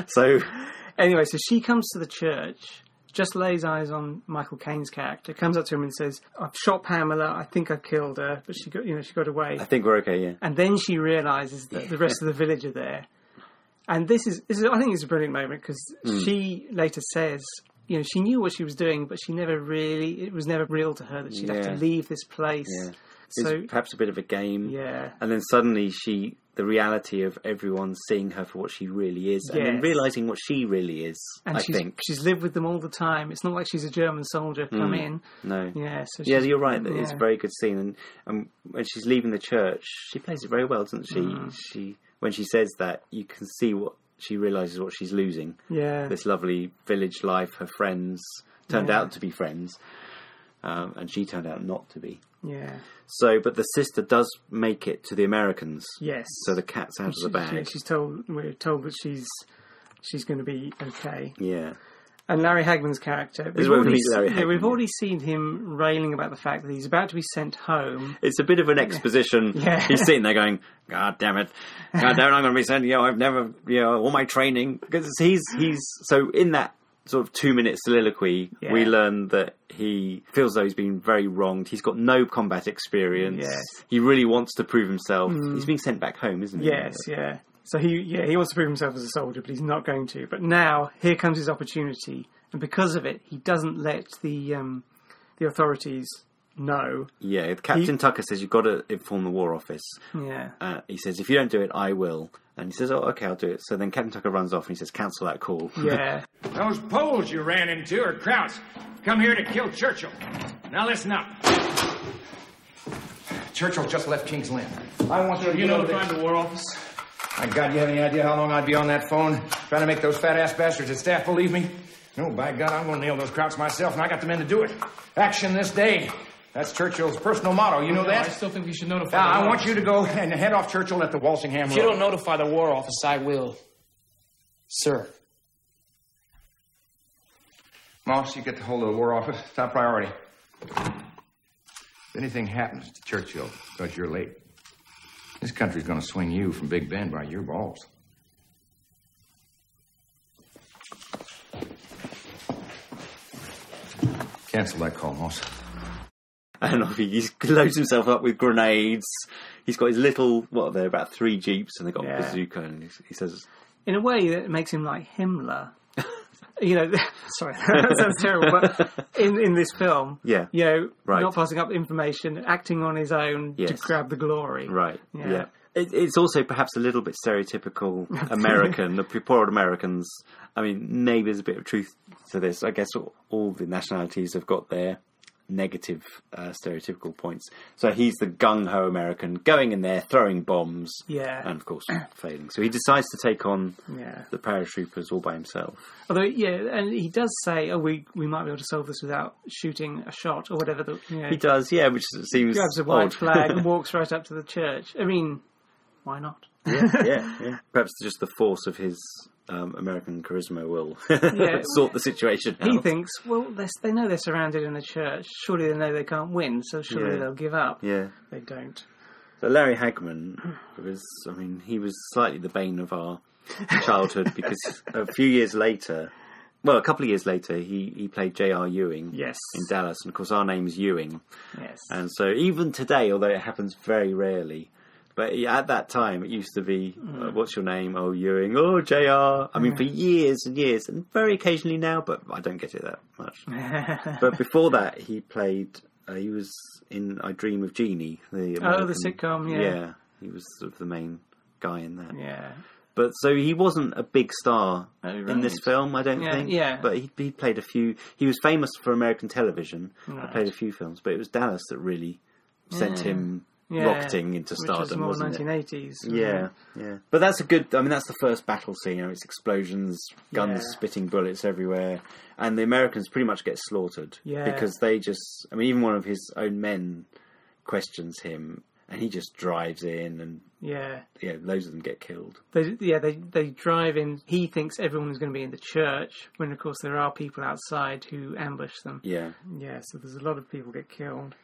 so Anyway, so she comes to the church, just lays eyes on Michael Caine's character, comes up to him and says, "I've shot Pamela. I think I killed her, but she got you know she got away." I think we're okay. Yeah. and then she realizes that the rest of the village are there. And this is, this is I think it's a brilliant moment because Hmm. she later says, you know, she knew what she was doing, but she never really, it was never real to her that she'd have to Yeah. leave this place. Yeah. So, it's perhaps a bit of a game. yeah, And then suddenly she, the reality of everyone seeing her for what she really is, and then Yes. realizing what she really is. and I she's, think she's lived with them all the time. It's not like she's a German soldier come in. no. Yeah, so Yeah, she's- you're right. that It's a yeah. very good scene, and, and when she's leaving the church, she plays it very well, doesn't she? Mm. She when she says that, you can see what she realizes what she's losing. Yeah, This lovely village life, her friends turned Yeah. out to be friends, um, and she turned out not to be. yeah, So, but the sister does make it to the Americans. yes. So the cat's out of the She- bag. she's told, we're told that she's, she's going to be okay. Yeah. And Larry Hagman's character. We've, is where we already, meet Larry yeah, we've Hagman, already seen him railing about the fact that he's about to be sent home. It's a bit of an exposition. Yeah. He's sitting there going, "God damn it! God damn, it, I'm going to be sent. You know, I've never, you know, all my training because he's he's so in that sort of two minute soliloquy, Yeah. we learn that he feels though he's been very wronged. He's got no combat experience. Yes. Mm. He really wants to prove himself. He's being sent back home, isn't he? Yes, yeah. So he yeah he wants to prove himself as a soldier, but he's not going to. But now here comes his opportunity, and because of it, he doesn't let the um, the authorities know. Yeah. Captain Tucker says you've got to inform the War Office. Yeah, Uh, he says, "If you don't do it, I will." And he says, "Oh, okay, I'll do it." So then Captain Tucker runs off and he says, "Cancel that call." yeah, Those Poles you ran into are Krauts. Come here to kill Churchill. Now listen up. Churchill just left King's Lynn. I want you to know to find the War Office. My God, you have any idea how long I'd be on that phone trying to make those fat ass bastards at staff believe me? No, by God, I'm going to nail those crowds myself, and I got the men to do it. Action this day. That's Churchill's personal motto. You know I that? still think we should notify. Now, the I War want Office. you to go and head off Churchill at the Walsingham Road. If you don't notify the War Office, I will, sir. Moss, you get the hold of the War Office. Top priority. If anything happens to Churchill because you're late, this country's going to swing you from Big Bend by your balls. Cancel that call, Moss. And he loads himself up with grenades. He's got his little, what are they, about three jeeps, and they've got a Yeah. bazooka. And he- he says, in a way that makes him like Himmler. you know, sorry, that sounds terrible. But in in this film, Yeah. you know, Right. not passing up information, acting on his own to Yes. grab the glory, Right. Yeah. Yeah. It, it's also perhaps a little bit stereotypical American, the poor old Americans. I mean, maybe there's a bit of truth to this. I guess all, all the nationalities have got their negative uh, stereotypical points. So he's the gung ho American going in there, throwing bombs, Yeah. and of course failing. So he decides to take on Yeah. the paratroopers all by himself. Although, yeah, and he does say, "Oh, we we might be able to solve this without shooting a shot or whatever." The, you know, He does, yeah, which seems grabs a white odd. flag and walks right up to the church. I mean, why not? yeah, yeah. Perhaps just the force of his um, American charisma will sort the situation out. He thinks, well, they're, they know they're surrounded in a church. Surely they know they can't win, so surely Yeah. they'll give up. yeah. They don't. So Larry Hagman was, I mean, he was slightly the bane of our childhood because a few years later, well, a couple of years later, he, he played J.R. Ewing Yes. in Dallas. And of course, our name's Ewing. Yes. And so even today, although it happens very rarely, but yeah, at that time it used to be, Mm. uh, what's your name? Oh, Ewing. Oh, JR. I mean, for years and years, and very occasionally now, but I don't get it that much. but before that, he played, uh, he was in I Dream of Jeannie. The Oh, the American- sitcom, yeah. Yeah, he was sort of the main guy in that. yeah. But so he wasn't a big star Oh, in right. this film, I don't Yeah, think. yeah. But he, he played a few. He was famous for American television. Right. He played a few films, but it was Dallas that really sent him Yeah. rocketing into Which was stardom, more wasn't it? 1980s. Yeah, yeah. But that's a good. I mean, that's the first battle scene. You know, it's explosions, guns, Yeah. spitting bullets everywhere, and the Americans pretty much get slaughtered. Yeah. because they just. I mean, even one of his own men questions him, and he just drives in, and Yeah. you know, loads of them get killed. They, yeah, they they drive in. He thinks everyone is going to be in the church, when of course there are people outside who ambush them. Yeah, Yeah, so there's a lot of people get killed.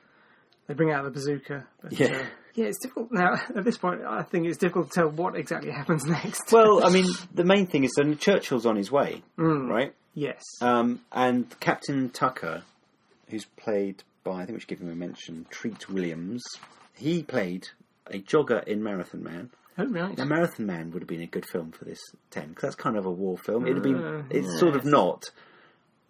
They bring out the bazooka. But, Yeah. Uh, yeah, it's difficult now. At this point, I think it's difficult to tell what exactly happens next. Well, I mean, the main thing is that Churchill's on his way, right? yes. Um, and Captain Tucker, who's played by, I think we should give him a mention, Treat Williams, he played a jogger in Marathon Man. oh, right. Now, Marathon Man would have been a good film for this 10, because that's kind of a war film. It'd have Uh, been, it's sort of not.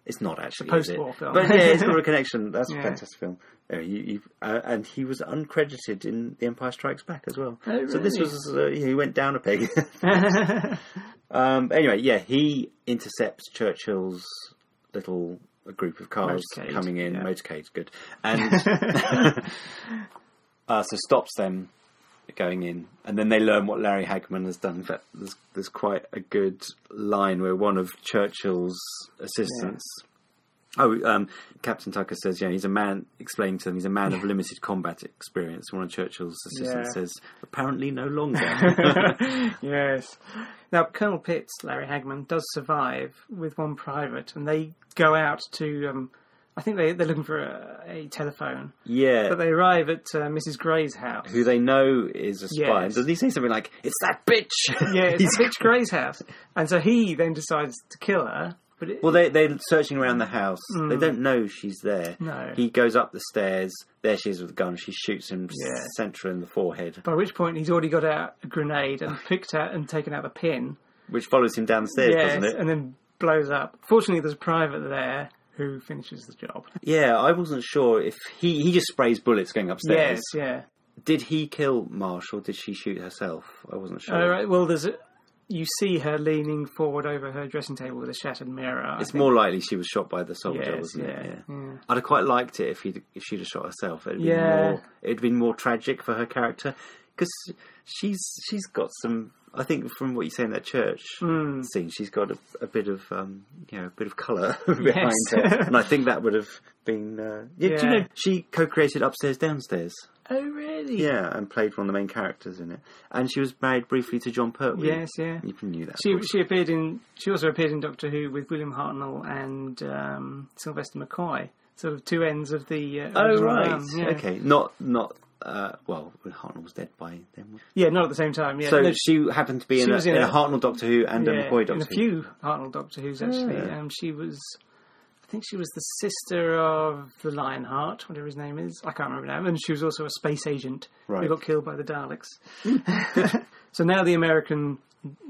It's not actually is it? post-war film. but yeah, it's got a connection. That's a Yeah. fantastic film. Uh, you- you- uh, and he was uncredited in The Empire Strikes Back as well. So this Oh, really? was uh, he went down a peg. Um, anyway, yeah, he intercepts Churchill's little group of cars Motorcade, coming in. yeah. Motorcade, good, and uh, so stops them going in, and then they learn what Larry Hagman has done. But there's, there's quite a good line where one of Churchill's assistants. Oh, um, Captain Tucker says, yeah, he's a man, explaining to them, he's a man of limited combat experience. One of Churchill's assistants Yeah. says, apparently no longer. yes. Now, Colonel Pitts, Larry Hagman, does survive with one private, and they go out to. Um, I think they, they're looking for a, a telephone, yeah. but they arrive at uh, Mrs. Gray's house. who they know is a spy. Yes. Doesn't he say something like, "It's that bitch"? Yeah, it's Mitch Gray's house. And so he then decides to kill her But it, Well, they, they're searching around the house. They don't know she's there. Hmm. No. He goes up the stairs. There she is with a gun. She shoots him Yeah. central in the forehead, by which point he's already got out a grenade and picked out and taken out the pin. which follows him down the stairs, yes, doesn't it? and then blows up. Fortunately, there's a private there who finishes the job. Yeah, I wasn't sure if he he just sprays bullets going upstairs. Yes, yeah. Did he kill Marsh or did she shoot herself? I wasn't sure. All right. Well, there's a, you see her leaning forward over her dressing table with a shattered mirror. I It's think. more likely she was shot by the soldier, Yes, wasn't yeah, it? I'd have quite liked it if he'd, if she'd have shot herself. It'd Yeah. been more, it'd been more tragic for her character because she's she's got some. I think from what you say in that church Hmm. scene, she's got a, a bit of um, you know a bit of colour behind her, and I think that would have been. Uh, yeah, Do you Yeah. know she co-created upstairs downstairs? Oh, really? Yeah, and played one of the main characters in it, and she was married briefly to John Pertwee. Yes, yeah. you knew that. She she appeared in she also appeared in Doctor Who with William Hartnell and um, Sylvester McCoy. Sort of two ends of the. Uh, Oh original right, run, yeah. okay. Not not uh, well. Hartnell was dead by then. Yeah, not at the same time. Yeah. so No, she happened to be in she a, was in in a a- Hartnell Doctor Who and a yeah, McCoy Doctor in a Who. few Hartnell Doctor Who's actually. Um, she was, I think she was the sister of the Lionheart, whatever his name is. I can't remember now. And she was also a space agent Right. Hmm. who got killed by the Daleks. so now the American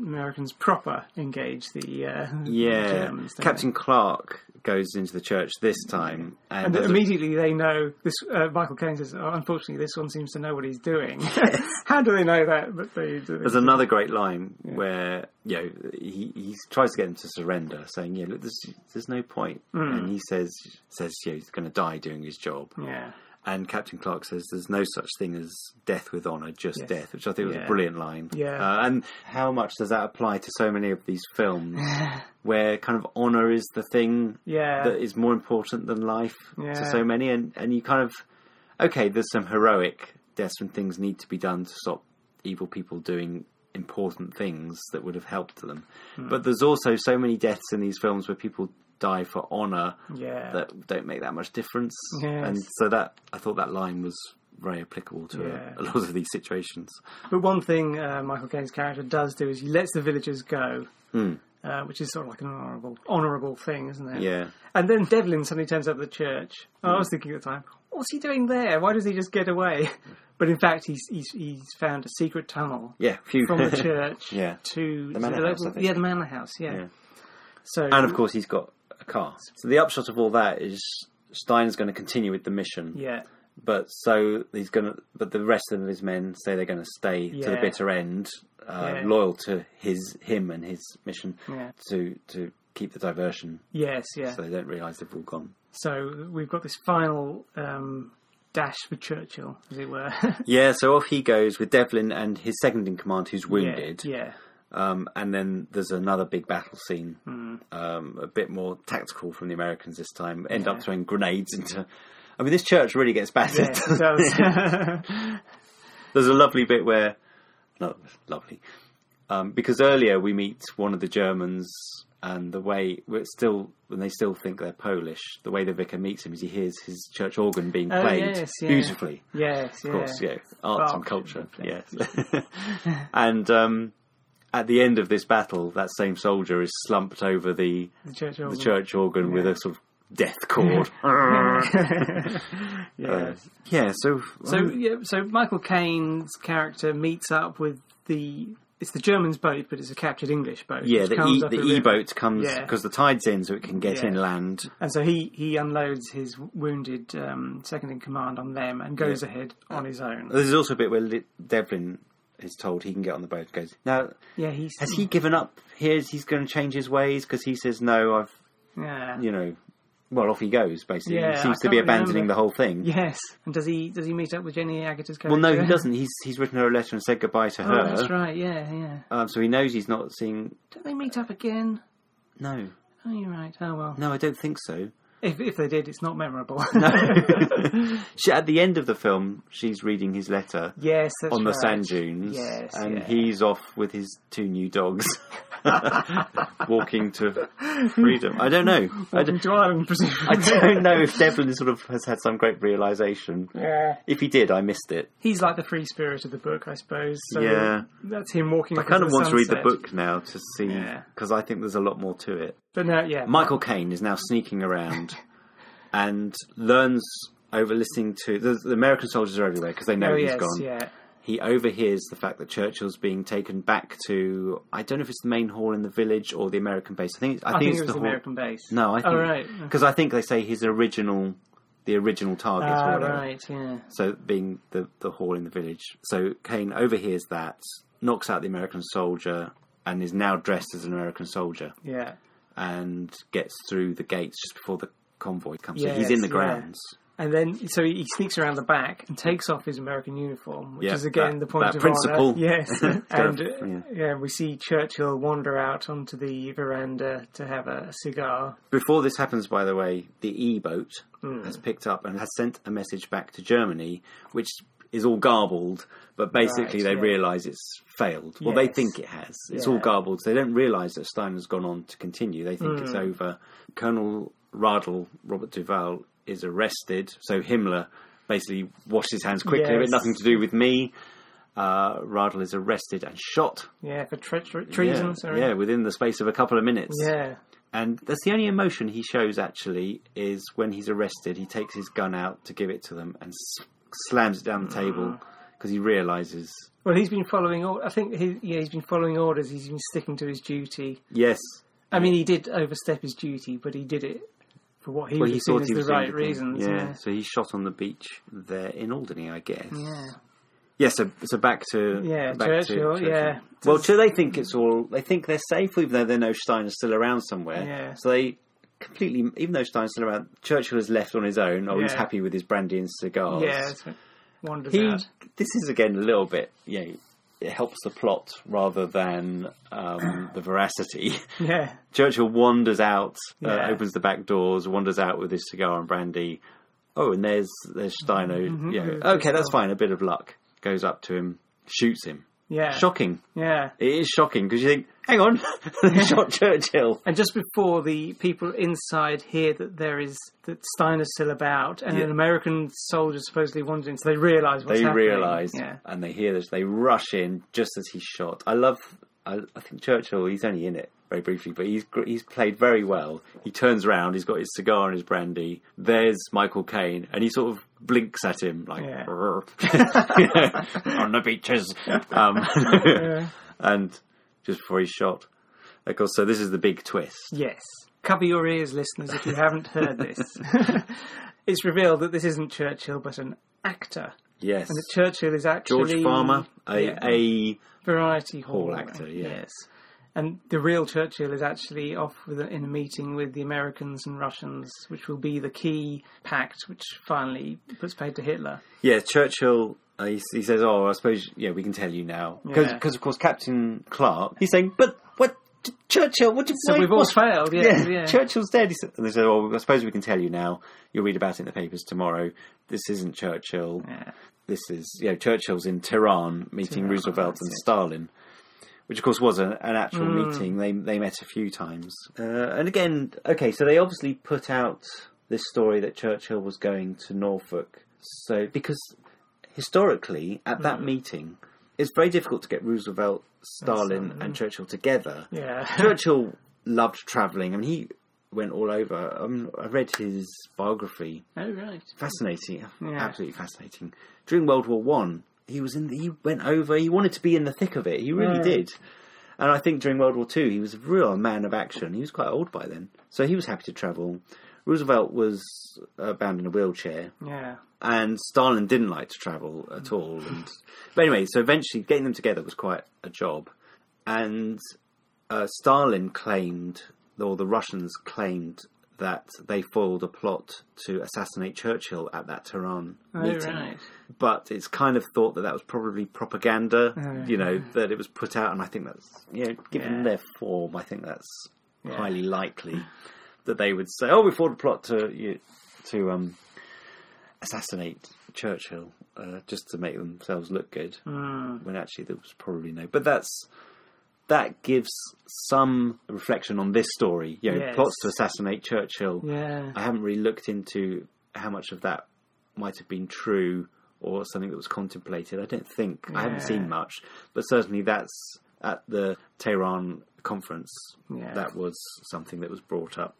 Americans proper engage the uh, Yeah, Germans, don't Captain Clark goes into the church this time, and, And then there's a- immediately they know this. Uh, Michael Caine says, oh, "Unfortunately, this one seems to know what he's doing." How do they know that? But they do. there's another great line where you know he, he tries to get him to surrender, saying, "Yeah, look, there's there's no point," Mm. and he says says you know, he's going to die doing his job. yeah, And Captain Clark says, "There's no such thing as death with honor, just death," which I think was a Yeah. brilliant line. Yeah. Uh, and how much does that apply to so many of these films, where kind of honor is the thing yeah, that is more important than life to Yeah. so many, and and you kind of okay, there's some heroic deaths and things need to be done to stop evil people doing important things that would have helped them, Hmm. but there's also so many deaths in these films where people die for honor yeah. that don't make that much difference. Yes. And so that I thought that line was very applicable to Yeah. a, a lot of these situations. But one thing uh, Michael Caine's character does do is he lets the villagers go, Hmm. uh, which is sort of like an honourable, honourable thing, isn't it? Yeah. Hmm. And then Devlin suddenly turns up at the church. Oh, I was thinking at the time, what's he doing there? Why does he just get away? But in fact, he's he's, he's found a secret tunnel Yeah, phew. from the church Yeah. to The manor to house, I think. yeah, the manor house. Yeah. Yeah. So and of course, he's got a car. So the upshot of all that is Stein's going to continue with the mission. yeah, But so he's going to, but the rest of his men say they're going to stay to the Yeah. bitter end, uh, Yeah. loyal to his him and his mission Yeah. to to keep the diversion. yes, yeah. So they don't realise they've all gone. So we've got this final um, dash for Churchill, as it were. Yeah. So off he goes with Devlin and his second in command, who's wounded. yeah. Um, and then there's another big battle scene, Hmm. um, a bit more tactical from the Americans this time. End up throwing grenades into. I mean, this church really gets battered. Yeah, it does. there's a lovely bit where, not lovely, um, because earlier we meet one of the Germans, and the way we're still when they still think they're Polish, the way the vicar meets him is he hears his church organ being Oh, played yes, yeah. beautifully yes, of course, yeah, art and Art. culture, yes. and um, at the end of this battle, that same soldier is slumped over the The church the organ. church organ with a sort of death chord. Yeah. Uh, yeah, so so um, yeah, so Michael Caine's character meets up with the it's the Germans boat, but it's a captured English boat. yeah, which the comes e, up the river. e boat comes Yeah. because the tide's in, so it can get Yeah. inland. and so he he unloads his wounded um, second in command on them and goes ahead on his own. There's also a bit where Li- Devlin is told he can get on the boat. and Goes now. Yeah, he's Has he given up? Here's he's going to change his ways because he says no. I've yeah. you know, well off he goes. Basically, Yeah, he I seems to can't be abandoning remember. the whole thing. Yes, and does he does he meet up with Jenny Agatha's character? Well, no, he doesn't. Uh, He's he's written her a letter and said goodbye to her. Oh, that's right. Yeah, yeah. um, so he knows he's not seeing. Don't they meet up again? No, Oh, you're right. Oh well. no, I don't think so. If if they did, it's not memorable. She, at the end of the film, she's reading his letter yes, that's on the right. sand dunes, Yes, and yeah. he's off with his two new dogs, walking to freedom. I don't know. I Welcome don't, to Ireland, I presumably. don't know if Devlin sort of has had some great realization. Yeah. If he did, I missed it. he's like the free spirit of the book, I suppose. So Yeah. that's him walking. I off kind into of the want to read the sunset. book now to see Yeah. because I think there's a lot more to it. But no, yeah. Michael Caine is now sneaking around and learns over listening to the, the American soldiers are everywhere because they know oh, he's yes, gone. yeah. He overhears the fact that Churchill's being taken back to I don't know if it's the main hall in the village or the American base. I think it's, I, I think, think it's it was the the hall. American base. No, I think Oh, right. because I think they say his original the original target or Ah, whatever. right, yeah. So being the the hall in the village. So Kane overhears that, knocks out the American soldier, and is now dressed as an American soldier Yeah. and gets through the gates just before the convoy comes in. Yes, He's in the yeah. grounds. And then, so he sneaks around the back and takes off his American uniform, which Yeah, is again that- the point that of principle. honor. Yes, and kind uh, of- yeah. we see Churchill wander out onto the veranda to have a cigar. Before this happens, by the way, the E boat Hmm. has picked up and has sent a message back to Germany, which is all garbled, but basically Right, they yeah. realise it's failed. Well, they Yes. think it has. It's all Yeah. garbled. They don't realise that Stein has gone on to continue. They think Hmm. it's over. Colonel Radl, Robert Duval, is arrested, so Himmler basically washed his hands quickly of it, Yes. nothing to do with me. Uh, Radl is arrested and shot. Yeah, for tre- tre- treason. yeah, sorry. yeah, within the space of a couple of minutes. yeah, And that's the only emotion he shows actually is when he's arrested. He takes his gun out to give it to them and s- slams it down the Mm. table because he realizes, Well, he's been following. or- I think he, yeah, he's been following orders. He's been sticking to his duty. yes, I mean, he did overstep his duty, but he did it for what he, well, was he seen thought as he the was doing right good thing. reasons. Yeah. Yeah. so he's shot on the beach there in Alderney, I guess. Yeah. Yeah, so, so back to Yeah, back Churchill, yeah. Well, so they think it's all. They think they're safe, even though they know Steiner's still around somewhere. Yeah. So they completely, even though Steiner's still around, Churchill has left on his own. Oh, he's Yeah. happy with his brandy and cigars. Yeah, so wanders he out. this is again a little bit you know it helps the plot rather than um, the veracity. Yeah, Churchill wanders out, Yeah. uh, opens the back doors, wanders out with his cigar and brandy. Oh, and there's there's Steiner. You know, okay, that's fine. A bit of luck goes up to him, shoots him. yeah, Shocking. yeah. It is shocking because you think, hang on, they shot Churchill. And just before the people inside hear that there is that Steiner's still about, and Yeah. an American soldier supposedly wanders in, so they realise what's they happening. realise Yeah, and they hear this. They rush in just as he's shot. I love. I, I think Churchill. He's only in it very briefly, but he's gr- he's played very well. He turns around. He's got his cigar and his brandy. There's Michael Caine, and he sort of blinks at him like Yeah. on the beaches. Um, and just before he's shot, of course. So this is the big twist. yes. Cover your ears, listeners, if you haven't heard this. it's revealed that this isn't Churchill, but an actor, Yes, and that Churchill is actually George Farmer, a, Yeah. a variety hall, Hall actor, yeah. Yes. And the real Churchill is actually off with a, in a meeting with the Americans and Russians, which will be the key pact which finally puts paid to Hitler. Yeah, Churchill. Uh, he, he says, "Oh, I suppose yeah, we can tell you now because Yeah. of course Captain Clark. He's saying, but what Churchill? What? So we've all failed, Oh, yeah, yeah. Churchill's dead. He said, and they said, "Oh, I suppose we can tell you now. You'll read about it in the papers tomorrow. This isn't Churchill. Yeah. This is you know Churchill's in Tehran meeting Roosevelt and Stalin." Which of course was a, an actual meeting. They they met a few times, Hmm. uh, and again, okay. So they obviously put out this story that Churchill was going to Norfolk, so because historically, at that meeting, it's very difficult to get Roosevelt, Stalin, and Churchill together. Yeah. Churchill loved travelling. I mean, he went all over. Um, I read his biography. oh, right. Fascinating, Yeah. absolutely fascinating. During World War One, he was in. The, he went over. He wanted to be in the thick of it. He really did. And I think during World War Two, he was a real man of action. He was quite old by then, so he was happy to travel. Roosevelt was uh, bound in a wheelchair Yeah. and Stalin didn't like to travel at all. And but anyway, so eventually getting them together was quite a job. And uh, Stalin claimed, or the Russians claimed, that they foiled a plot to assassinate Churchill at that Tehran Oh, meeting. right. But it's kind of thought that that was probably propaganda, you know, that it was put out. And I think that's, you know, given Mm. Yeah. their form, I think that's highly likely that they would say, "Oh, we fought a plot to you, to um, assassinate Churchill uh, just to make themselves look good," Mm. when actually there was probably no. But that's that gives some reflection on this story. You know, Yes. plots to assassinate Churchill. Yeah. I haven't really looked into how much of that might have been true or something that was contemplated. I don't think I haven't Yeah. seen much, but certainly that's at the Tehran conference, Yeah. that was something that was brought up.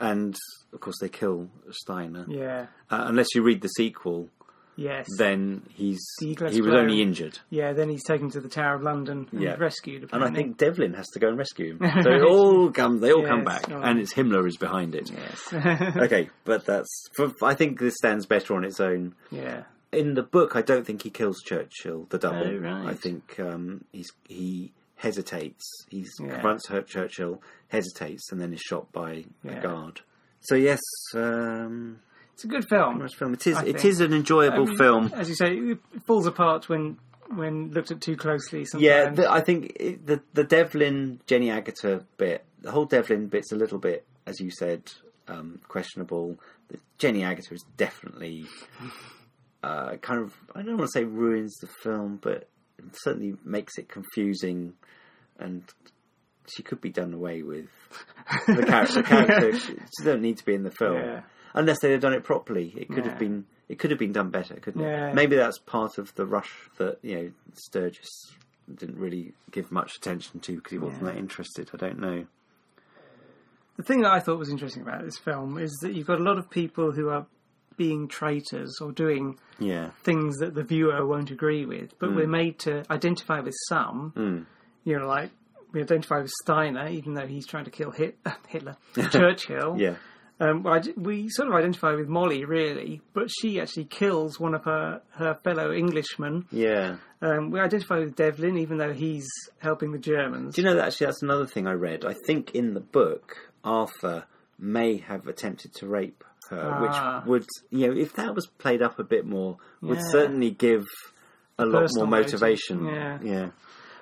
And of course, they kill Steiner. Yeah. Uh, unless you read the sequel, Yes. then he's he Deagle's was blow. only injured. yeah. Then he's taken to the Tower of London and Yeah. rescued. And I Apparently. think Devlin has to go and rescue him. So it all comes, they all come Yes, back, all right. and it's Himmler is behind it. okay, but that's. For, I think this stands better on its own. yeah. In the book, I don't think he kills Churchill, the double. Oh, right. I think um, he's he hesitates. He Yeah. confronts her, Churchill, hesitates, and then is shot by Yeah. a guard. So yes, um, It's a good film. nice film. It is. I It think- is an enjoyable Um, film. As you say, it falls apart when when looked at too closely. Sometimes. Yeah, the, I think it, the the Devlin Jenny Agata bit, the whole Devlin bit's a little bit, as you said, um, questionable. The Jenny Agata is definitely uh, kind of I don't want to say ruins the film, but certainly makes it confusing, and she could be done away with. The character, the character she she don't need to be in the film Yeah. unless they had done it properly. It could Yeah. have been. It could have been done better, couldn't Yeah. it? Maybe that's part of the rush that you know Sturgis didn't really give much attention to because he wasn't that interested. I don't know. the thing that I thought was interesting about this film is that you've got a lot of people who are being traitors or doing Yeah, things that the viewer won't agree with, but Hmm. we're made to identify with some. You know, like we identify with Steiner, even though he's trying to kill Hit- Hitler, Churchill. yeah, Um, well, I d- we sort of identify with Molly, really, but she actually kills one of her, her fellow Englishmen. yeah. Um, we identify with Devlin, even though he's helping the Germans. Do you know that actually? That's another thing I read. I think in the book, Arthur may have attempted to rape her, Ah. which would you know if that was played up a bit more, would Yeah. certainly give a lot more Personal motive. motivation. Yeah. yeah.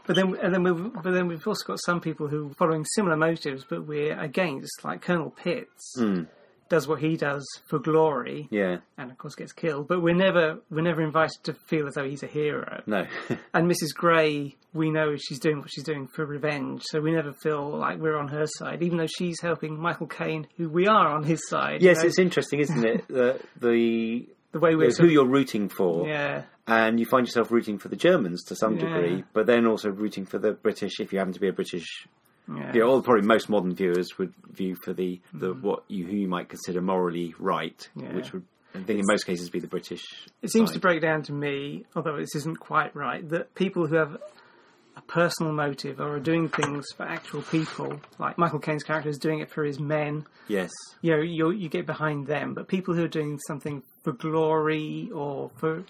But then, and then we've, but then we've also got some people who are following similar motives, but we're against, like Colonel Pitts. Hmm. Does what he does for glory, yeah. and of course gets killed. But we're never we're never invited to feel as though he's a hero. No. And Mrs. Grey, we know she's doing what she's doing for revenge, so we never feel like we're on her side, even though she's helping Michael Caine, who we are on his side. you yes, know, it's interesting, isn't it? The the the way we're it's who sort of- you're rooting for, yeah, and you find yourself rooting for the Germans to some Yeah. degree, but then also rooting for the British if you happen to be a British. yeah, You know, or probably most modern viewers would view for the, the what you who you might consider morally right, Mm. Yeah. which would I think in most cases be the British. It seems to side. break down to me, although this isn't quite right, that people who have a personal motive or are doing things for actual people, like Michael Caine's character is doing it for his men, yes, you know, you you get behind them. But people who are doing something for glory or for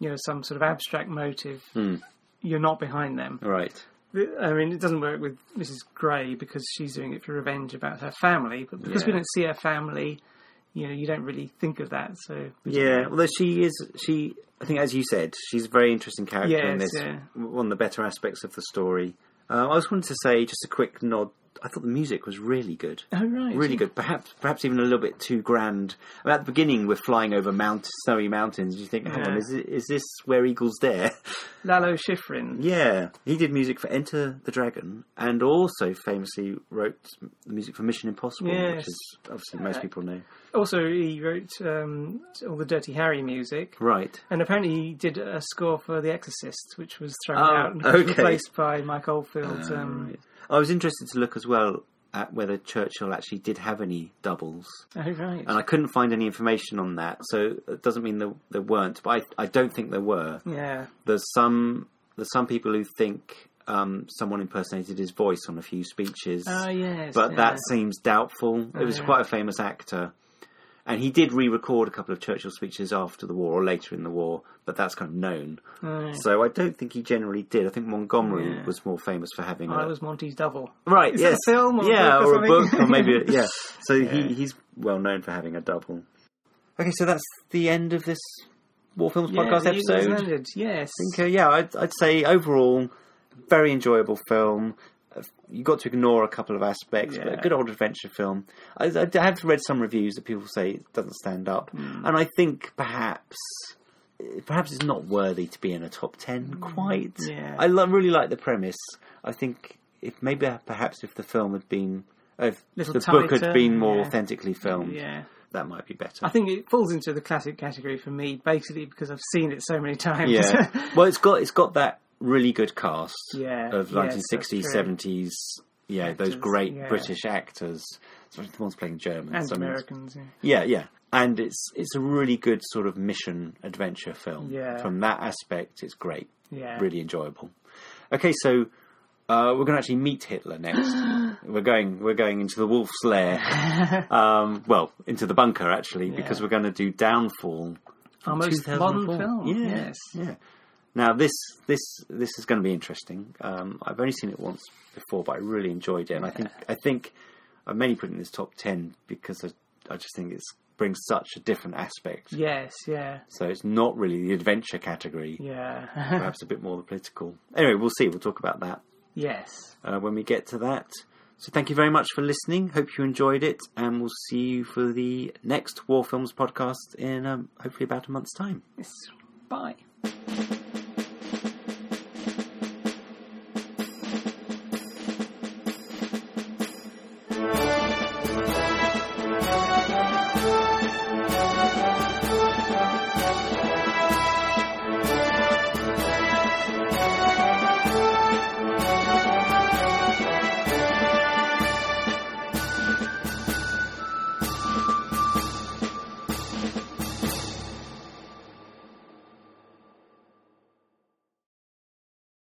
you know some sort of abstract motive, Hmm. you're not behind them. right, I mean, it doesn't work with Mrs. Grey because she's doing it for revenge about her family, but because we Yeah. don't see her family, you know, you don't really think of that. So we don't yeah. know. Although she is, she I think as you said, she's a very interesting character in Yes, this. yeah. One of the better aspects of the story. Uh, I just wanted to say just a quick nod. I thought the music was really good. Oh, right. really good. Perhaps, perhaps even a little bit too grand. I mean, at the beginning, we're flying over mount, snowy mountains. You think, hang Yeah. on, is, it, is this where eagles dare? Lalo Schifrin. yeah, he did music for Enter the Dragon, and also famously wrote the music for Mission Impossible, Yes. Uh, which is obviously most people know. Also, he wrote um, all the Dirty Harry music, Right. and apparently he did a score for The Exorcist, which was thrown Oh, out and was okay. Oh, replaced by Mike Oldfield's. um, I was interested to look as well at whether Churchill actually did have any doubles, Oh right. and I couldn't find any information on that. So it doesn't mean there, there weren't, but I, I don't think there were. yeah. there's some there's some people who think um, someone impersonated his voice on a few speeches, Oh yes. but yeah. that seems doubtful. It was yeah. quite a famous actor, and he did re-record a couple of Churchill speeches after the war or later in the war, but that's kind of known. Right. So I don't think he generally did. I think Montgomery Yeah. was more famous for having. I a, was Monty's double. right, Is that yes, a film or a yeah, book or or, a book something? or maybe a- yeah. So He, he's well known for having a double. Okay, so that's the end of this war films podcast The Eagles episode. Landed, Yes. So uh, yeah, I'd, I'd say overall, very enjoyable film. Uh, You got to ignore a couple of aspects, but a Yeah. good old adventure film. I, I have read some reviews that people say it doesn't stand up, Hmm. and I think perhaps. eh, Perhaps it's not worthy to be in a top ten quite. Hmm. yeah. I lo- really like the premise. I think if maybe perhaps if the film had been, if Little the book tighter, had been more yeah. authentically filmed, Yeah. that might be better. I think it falls into the classic category for me, basically because I've seen it so many times. Yeah. well, it's got it's got that really good cast Yeah, of yes, that's 1960s, true. 70s yeah, those Actors, great yeah. British actors, especially the ones playing Germans. and I mean, it's- Americans. Yeah. yeah, yeah. And it's it's a really good sort of mission adventure film. Yeah. From that aspect, it's great. Yeah. Really enjoyable. Okay, so uh, we're going to actually meet Hitler next. we're going we're going into the wolf's lair. um, well, into the bunker actually, because we're going to do Downfall. Our most modern 2004. film. Yeah, Yes. Yeah. Now this this this is going to be interesting. Um, I've only seen it once before, but I really enjoyed it, and I think I think I mainly put it in this top ten because I I just think it brings such a different aspect. Yes. Yeah. So it's not really the adventure category, Yeah. perhaps a bit more the political. Anyway, we'll see. We'll talk about that yes. uh, when we get to that. So thank you very much for listening. Hope you enjoyed it, and we'll see you for the next War Films podcast in um, hopefully about a month's time. Yes. Bye.